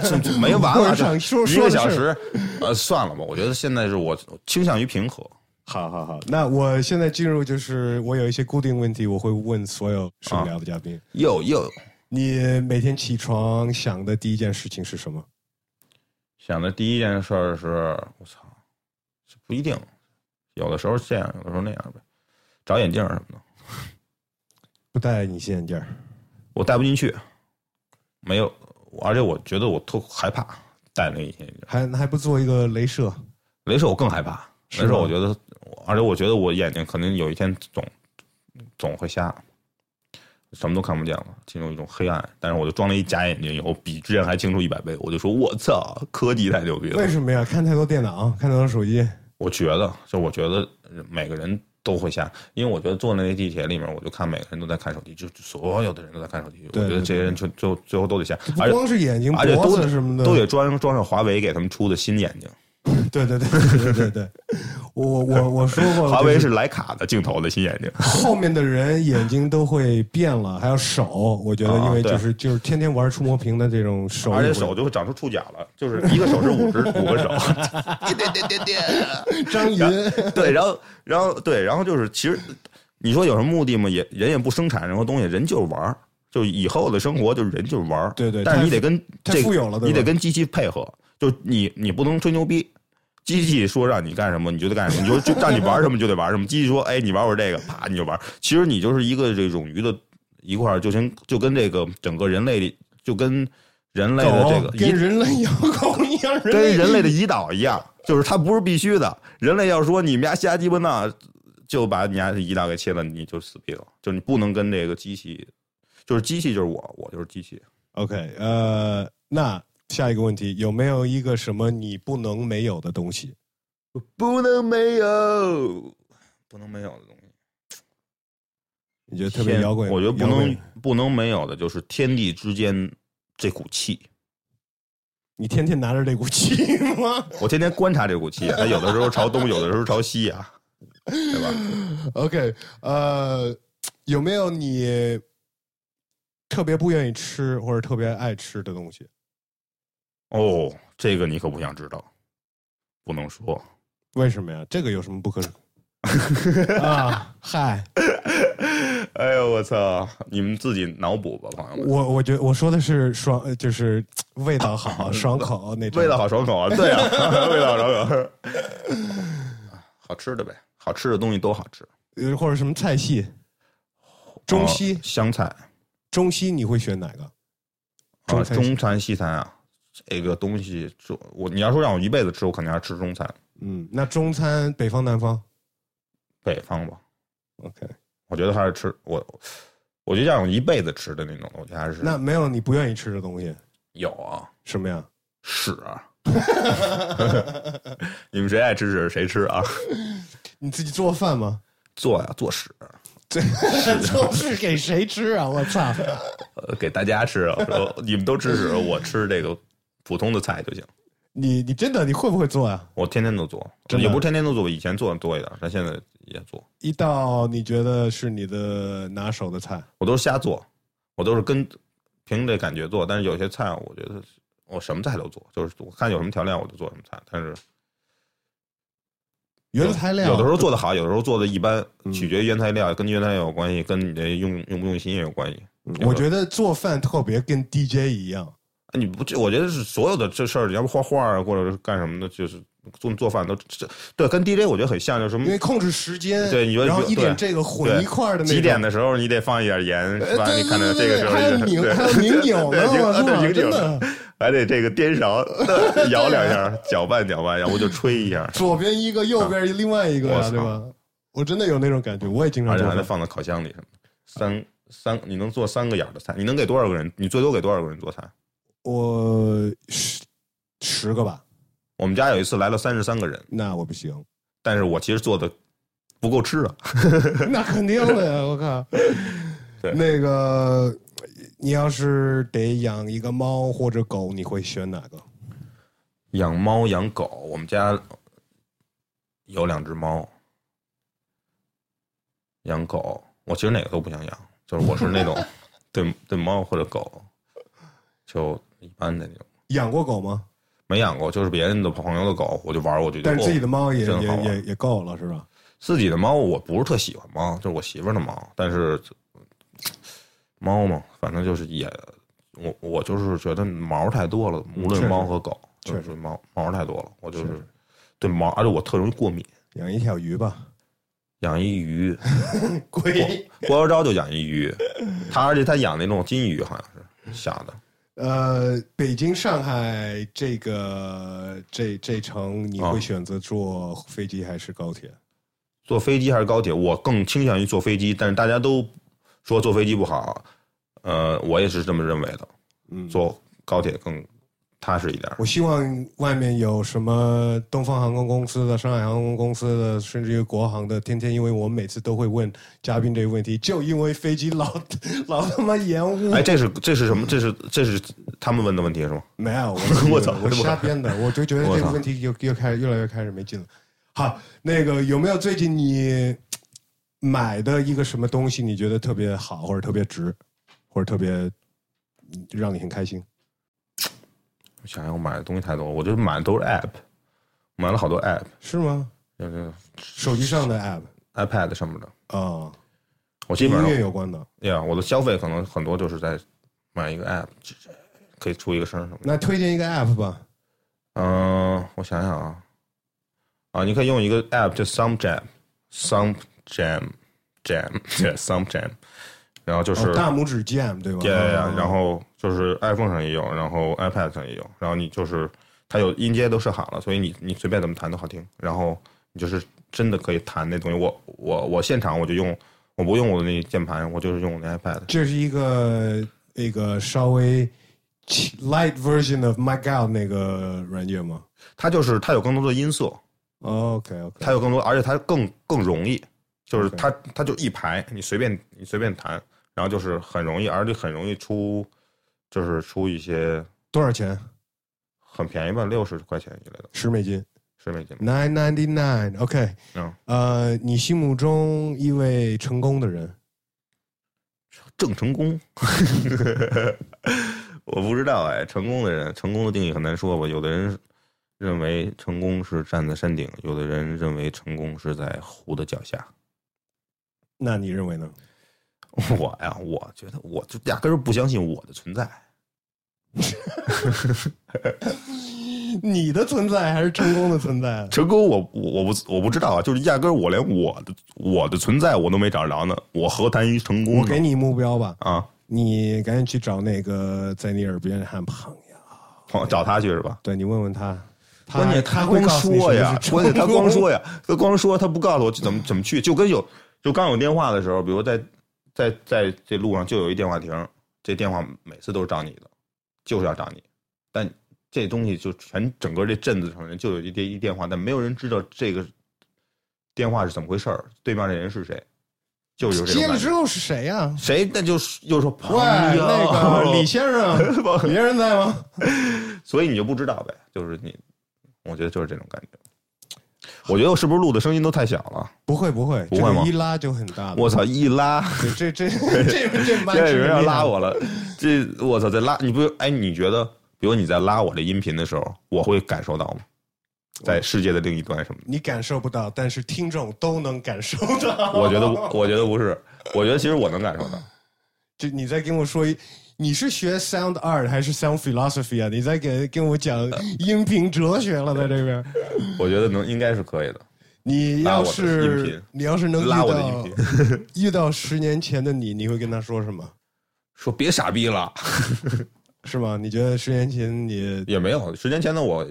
这这没完
我 *laughs*
了，
想
这
说
一
说
个
的
小
是
时，呃，算了吧，我觉得现在是我倾向于平和。
好好好，那我现在进入就是我有一些固定问题，我会问所有
啊
受聊的嘉宾。
又又
你每天起床想的第一件事情是什么？
想的第一件事儿是，我操，这不一定，有的时候这样，有的时候那样呗。找眼镜儿什么的，
不戴隐形眼镜儿
我戴不进去，没有，而且我觉得我特害怕带了一些。
还还不做一个镭射，
雷射我更害怕，
是
雷射
吗
我觉得，而且我觉得我眼睛可能有一天总总会瞎，什么都看不见了，进入一种黑暗。但是我就装了一假眼睛，以后比之前还清楚一百倍。我就说我操，科技太牛逼了
为！什么呀？看太多电脑，看太多手机，
我觉得，就我觉得每个人都会瞎，因为我觉得坐那个地铁里面，我就看每个人都在看手机，就就所有的人都在看手机。
对
我觉得
对
这些人就就最后都得瞎，
不
而且
光是眼睛、
而且
脖
都得
子什么的，
都得装装上华为给他们出的新眼睛。
对对对对对对对，我我我说过，
华为
哦就是
徕卡的镜头的新眼睛。
后面的人眼睛都会变了，还有手，我觉得
啊
因为
对
就是就是天天玩触摸屏的这种手，
而且手就会长出触角了，就是一个手是五只五个手， *laughs*
张云， *laughs*
对，然后然后对，然后就是其实你说有什么目的吗？也人也不生产任何东西，人就是玩儿，就以后的生活就是人就是玩儿，
对对
但是你得跟
太
这
富有了对吧
你得跟机器配合，就你你不能吹牛逼。机器说让你干什么你就得干什么，你就就让你玩什么就得玩什么。机器说哎你玩我这个，啪你就玩。其实你就是一个这种鱼的一块儿，就跟就跟这个整个人类就跟人类的这
狗
个一
哦跟人类养狗一样，
跟人
类
类的胰岛一样，就是它不是必须的。人类要说你们家瞎鸡巴闹，就把你家胰岛给切了，你就死逼了。就是你不能跟这个机器，就是机器就是我，我就是机器。
OK，呃，那下一个问题有没有一个什么你不能没有的东西？
不能没有，不能没有的东西。
你觉得特别摇滚？
我觉得不
摇滚
能不能没有的就是天地之间这股气。
你天天拿着这股 *laughs* 气吗
我天天观察这股气，它有的时候朝东，有的时候朝西啊，对吧？
*laughs* ？OK，呃，有没有你特别不愿意吃或者特别爱吃的东西？
哦，这个你可不想知道，不能说。
为什么呀？这个有什么不可？ *laughs* 啊， *laughs* 嗨，
*laughs* 哎呦我操！你们自己脑补吧，朋友们。
我我觉得我说的是爽，呃就是嘖味道好、 *laughs* 爽口那种。
味道好爽口啊，对啊， *laughs* 味道好爽口。好吃的呗，好吃的东西都好吃。
呃，或者什么菜系，中西
哦、湘菜
中西你会选哪个？
啊，
中餐
中餐西餐啊，这个东西就我你要说让我一辈子吃，我肯定还是吃中餐，
嗯，那中餐北方南方
北方吧。
，OK，
我觉得还是吃我，我觉得让我一辈子吃的那种，我觉得还是
那没有你不愿意吃的东西，
有啊，
什么呀？
屎啊。 *laughs* 你们谁爱吃屎谁吃啊？
你自己做啊饭吗？ *laughs*
做呀、做屎，
做是给谁吃啊？我操！
呃，给大家吃啊。我说你们都吃屎，我吃这个普通的菜就行。
你你真的你会不会做啊？
我天天都做，
真的
也不是天天都做，以前做的多一点，但现在也做。
一道你觉得是你的拿手的菜，
我都是瞎做，我都是跟凭这感觉做。但是有些菜，我觉得我什么菜都做，就是我看有什么调料我就做什么菜。但是
原材料
有的时候做的好，有的时候做的一般，
*laughs* 嗯
取决于原材料，跟原材料有关系，跟你的用用不用心也有关系。
嗯我觉得做饭特别跟 DJ 一样，
啊你不，这我觉得是所有的这事儿，你要不画画啊，或者是干什么的，就是做做饭都这对，跟 DJ 我觉得很像，就是什么
因为控制时间，
嗯对你觉得
然后一点
对
这个混一块儿的那种
几点的时候你得放一点盐，
呃
是吧？
对
你看到这
对
个
对
时
对
候
还有
就
拧
对
还有拧钮呢，
*laughs* 对拧
我
对
操，
拧
真
钮
的，
还得这个颠
*laughs*
勺摇两下，搅拌搅拌，要不就吹一下，
左边一个，右边一另外一个
我
呀，
操
对吧？我真的 *laughs* 有那种感觉，我也经常
而且
做
还得
饭。
放到烤箱里什么的。三三，你能做三个眼儿的菜，你能给多少个人？你最多给多少个人做菜？
我十十个吧，
我们家有一次来了三十三个人，
那我不行，
但是我其实做的不够吃啊。
*laughs* 那肯定的呀，我靠
对。
那个，你要是得养一个猫或者狗，你会选哪个？
养猫养狗，我们家有两只猫，养狗，我其实哪个都不想养，就是我是那种对对猫或者狗就一般的那种，
养过狗吗？
没养过，就是别人的朋友的狗，我就玩儿，我就觉得
但是自己
哦
的猫也
真好
也
玩
也也够了，是吧？
自己的猫，我不是特喜欢猫，就是我媳妇儿的猫，但是猫嘛，反正就是也我我就是觉得毛太多了，无
确
论
实
猫和狗，
确实
就是毛毛太多了，我就
确
是
实
对毛，而且我特容易过敏。
养一条鱼吧，
养一鱼，
龟
郭郭小昭就养一鱼，他而且他养那种金鱼，好像是小的，
*laughs* 呃，北京、上海这个这这城，你
啊
会选择坐飞机还是高铁？
坐飞机还是高铁？我更倾向于坐飞机，但是大家都说坐飞机不好，呃，我也是这么认为的。
嗯，
坐高铁更踏实一点。
我希望外面有什么东方航空公司的、上海航空公司的，甚至于国航的，天天因为我每次都会问嘉宾这个问题，就因为飞机老 *laughs* 老他妈延
*laughs*
误。 *laughs*
哎，这是这是什么？这是这是他们问的问题是吗？
没有，我
我操
我瞎编的，我就觉得
我操
这个问题又又开始越来越开始没劲了。好，那个有没有最近你买的一个什么东西，你觉得特别好，或者特别值，或者特别嗯让你很开心？
我想想，我买的东西太多，我就买的都是 app，买了好多 app，
是吗？
就是
手机上的 app
iPad 上面的。
啊、哦
我基
跟
本
音
上
乐有关的。
呀我的消费可能很多就是在买一个 app，可以出一个声什么的。
那推荐一个 app 吧。
嗯、我想想啊，啊，你可以用一个 app 叫 Some Jam，Some *laughs* Jam，Jam，Some Jam，然后就是
哦、大拇指 Jam 对吧？
对呀，
哦
然后就是 iPhone 上也有，然后 iPad 上也有，然后你就是它有音阶都设好了，所以你你随便怎么弹都好听，然后你就是真的可以弹那东西。我我我现场我就用，我不用我的那键盘，我就是用我的 iPad。
这是一个那个稍微 light version of My God 那个软件吗哦
它就是它有更多的音色，
？OK OK，
它有更多，而且它更更容易，就是
OK
它它就一排，你随便你随便弹，然后就是很容易，而且很容易出，就是出一些
多少钱？
很便宜吧，六十块钱一类的，
十美金
是美金吧。
，nine ninety nine。OK，
嗯，
呃，你心目中一位成功的人，
郑成功， *laughs* 我不知道哎，成功的人，成功的定义很难说吧。有的人认为成功是站在山顶，有的人认为成功是在湖的脚下。 *laughs*
那你认为呢？
我呀，我觉得我就压根儿不相信我的存在。
*laughs* 你的存在还是成功的存在？啊
成功我，我我不我不知道啊，就是压根儿我连我的我的存在我都没找着呢，我何谈于成功呢？
*laughs* 我给你目标吧，
啊，
你赶紧去找那个在你耳边喊朋友，
朋找他去是吧？
对你问问他，他
关键
他会
光
告诉你
说
什
呀
么是，成
关键他光
功
说呀，他光说他不告诉我怎么怎么去，就跟有就刚有电话的时候，比如在在在这路上就有一电话亭，这电话每次都是找你的，就是要找你，但这东西就全整个这镇子上人就有一电一电话，但没有人知道这个电话是怎么回事儿，对面那人是谁，就是有这种
接了
感
之
觉。哎
后是谁呀、
谁？那就是又说朋
喂，
友 *laughs*
那个李先生，李先生在吗？
所以你就不知道呗，就是你，我觉得就是这种感觉。我觉得我是不是录的声音都太小了？
不会不会，
不会吗
这个一拉就很大的。
我操，一拉，
*laughs*
*laughs*
这这这这这蛮
这有
致命
人要
的
拉，我了，这我操，在拉你不？哎，你觉得，比如你在拉我这音频的时候，我会感受到吗？在世界的另一端什么的？
你感受不到，但是听众都能感受到。
我觉得，我觉得不是，我觉得其实我能感受到。
*laughs* 就你再跟我说一，你是学 sound art 还是 sound philosophy 啊？你再给跟我讲音频哲学了，在这边。
我觉得能应该是可以的。
你
拉
要
我的音
是
频
你要是能遇
拉我的
到
音
遇到十年前的你，你会跟他说什么？
说别傻逼了，
是吗？你觉得十年前你
也没有。十年前的我，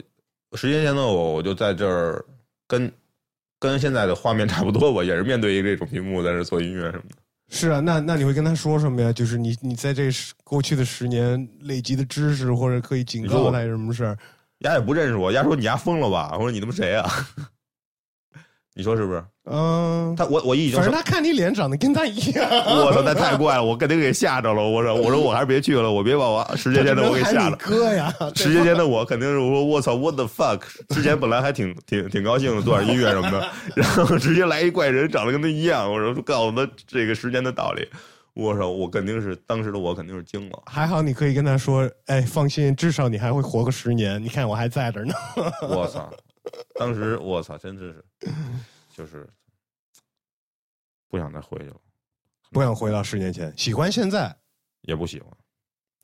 十年前的我，我就在这儿跟跟现在的画面差不多吧，也是面对一个这种屏幕在这儿做音乐什么的。
是啊，那那你会跟他说什么呀？就是你你在这十过去的十年累积的知识，或者可以警
你说
告
我
他什么事儿？
丫也不认识我，丫说你丫疯了吧？我说你他妈谁啊？ *laughs* 你说是不是？
嗯，
他我我已经
反
说
正，他看你脸长得跟他一样，
我操，那太怪了，我肯定给吓着了。我说我说我还是别去了，我别把我十年前的我给
他只能
吓
喊你
着。
哥呀，
*laughs* 十年前的我肯定是我说我操 what the fuck，之前本来还挺 *laughs* 挺挺高兴的做点音乐什么
*laughs*
的，然后直接来一怪人长得跟他一样，我说告诉他这个时间的道理，我说我肯定是当时的我肯定是惊了，
还好你可以跟他说，哎，放心，至少你还会活个十年。你看我还在这儿呢。 *laughs*
我操，当时我操真的是就是不想再回去了。
不想回到十年前，喜欢现在，
也不喜欢，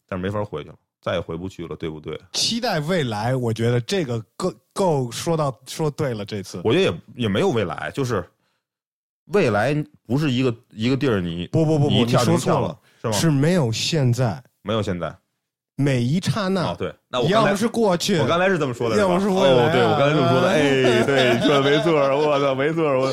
但是没法回去了，再也回不去了，对不对？
期待未来。我觉得这个够够说到说对了，这次
我觉得也也没有未来，就是未来不是一个一个地儿你，
不不不不，
你一
你
跳就
说
跳
错
了，是吗？
是没有现在。
没有现在，
每一刹那，
哦，对，那我
要
刚
么
才
嗯是过去，
我刚才是这么说的吧，
要不是未来啊
哦，对我刚才这么说的，哎，对，你说的没错儿，我操，没错儿，我，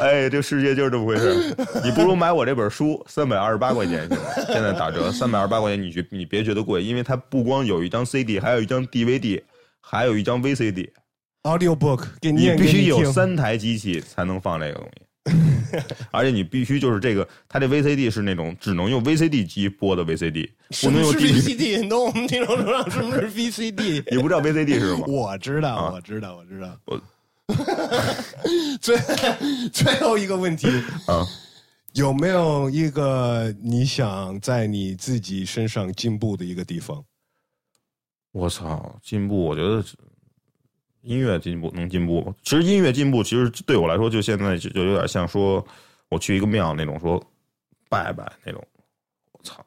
哎，这世界就是这么回事儿。你不如买我这本书，三百二十八块钱行吗？现在打折，三百二十八块钱，你觉你别觉得贵，因为它不光有一张 CD，还有一张 DVD，还有一张 VCD，
audio book 给
你
念
必
给
须有
听
三台机器才能放这个东西，而且你必须就是这个，它这 VCD 是那种只能用 VCD 机播的 VCD，不
什
能
么
用
是
DVD。
VCD？你懂我们听众说唱什么是 VCD？
你不知道 VCD 是什
*laughs*
么？
我知道，
啊
我知道，我知道。
我
最最后一个问题，
啊，
有没有一个你想在你自己身上进步的一个地方？
我操，进步！我觉得音乐进步能进步吗？其实音乐进步，其实对我来说，就现在就就有点像说我去一个庙那种说拜拜那种，我操，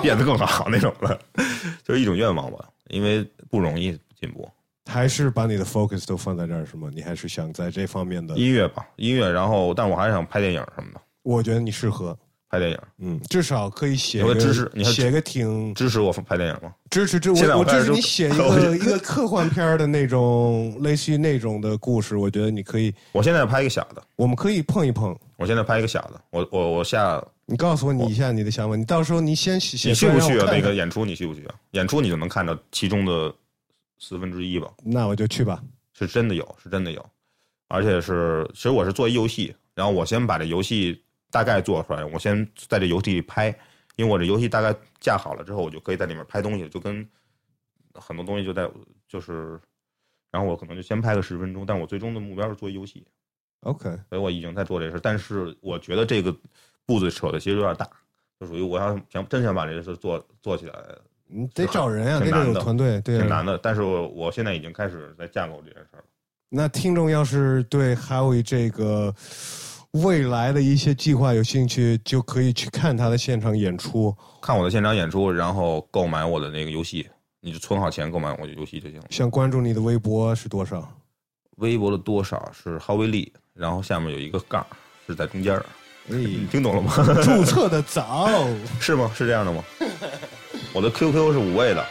变得更好那种的， *laughs* 就是一种愿望吧。因为不容易进步，
还是把你的 focus 都放在这儿是吗？你还是想在这方面的？
音乐吧，音乐。然后，但我还是想拍电影什么的，
我觉得你适合，
拍电影
嗯，至少可以写
你
个
会支持你还
写个挺
支持我拍电影吗？
支持支
现在
我
我
我
开
支
始
持
就
你写一个一个科幻片儿的那种类似于那种的故事，我觉得你可以，
我现在拍一个小的，
我们可以碰一碰。
我现在拍一个小的，我我我下，
你告诉我你一下你的想法，你到时候你先写
你
写
去不
出来让我
去啊？
看
那
看
个演出你去不去啊？演出你就能看到其中的四分之一吧。
那我就去吧。
是真的有，是真的有，而且是其实我是做一游戏，然后我先把这游戏大概做出来，我先在这游戏里拍，因为我这游戏大概架好了之后，我就可以在里面拍东西，就跟很多东西就在就是，然后我可能就先拍个十分钟，但我最终的目标是做一游戏，
OK，
所以我已经在做这事，但是我觉得这个步子扯的其实有点大，就属于我要想真想把这事做做起来，
你得找人啊，
挺
得
难
有
的
团队，对
挺
啊。
难的，但是我我现在已经开始在架构这件事了。
那听众要是对 Howie 这个未来的一些计划有兴趣，就可以去看他的现场演出。
看我的现场演出，然后购买我的那个游戏，你就存好钱购买我的游戏就行了。
想关注你的微博是多
*laughs*
少？
微博的多少是浩威力，然后下面有一个杠，是在中间儿。你
哎，
听懂了吗？ *laughs*
注册的早。
是吗？是这样的吗？我的 QQ 是五位的。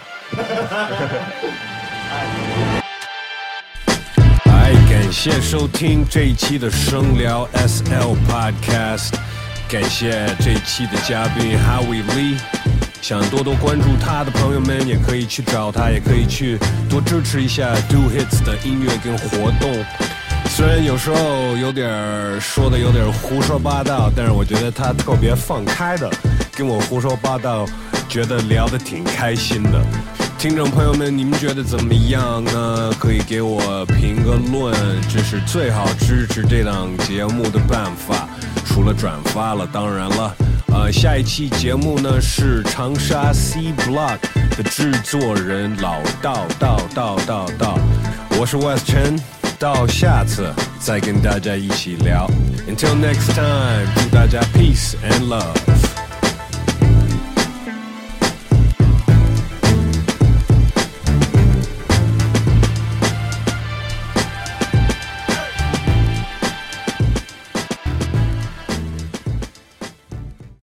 哎，感谢收听这一期的声聊 SL Podcast，感谢这一期的嘉宾 Howie Lee。想多多关注他的朋友们，也可以去找他，也可以去多支持一下 Do Hits 的音乐跟活动。虽然有时候有点儿说的有点儿胡说八道，但是我觉得他特别放开的跟我胡说八道，觉得聊得挺开心的。听众朋友们，你们觉得怎么样呢？可以给我评个论，这是最好支持这档节目的办法。除了转发了，当然了，呃，下一期节目呢是长沙 C Block 的制作人老道道道道道，我是 West Chen，到下次再跟大家一起聊。Until next time，祝大家 peace and love。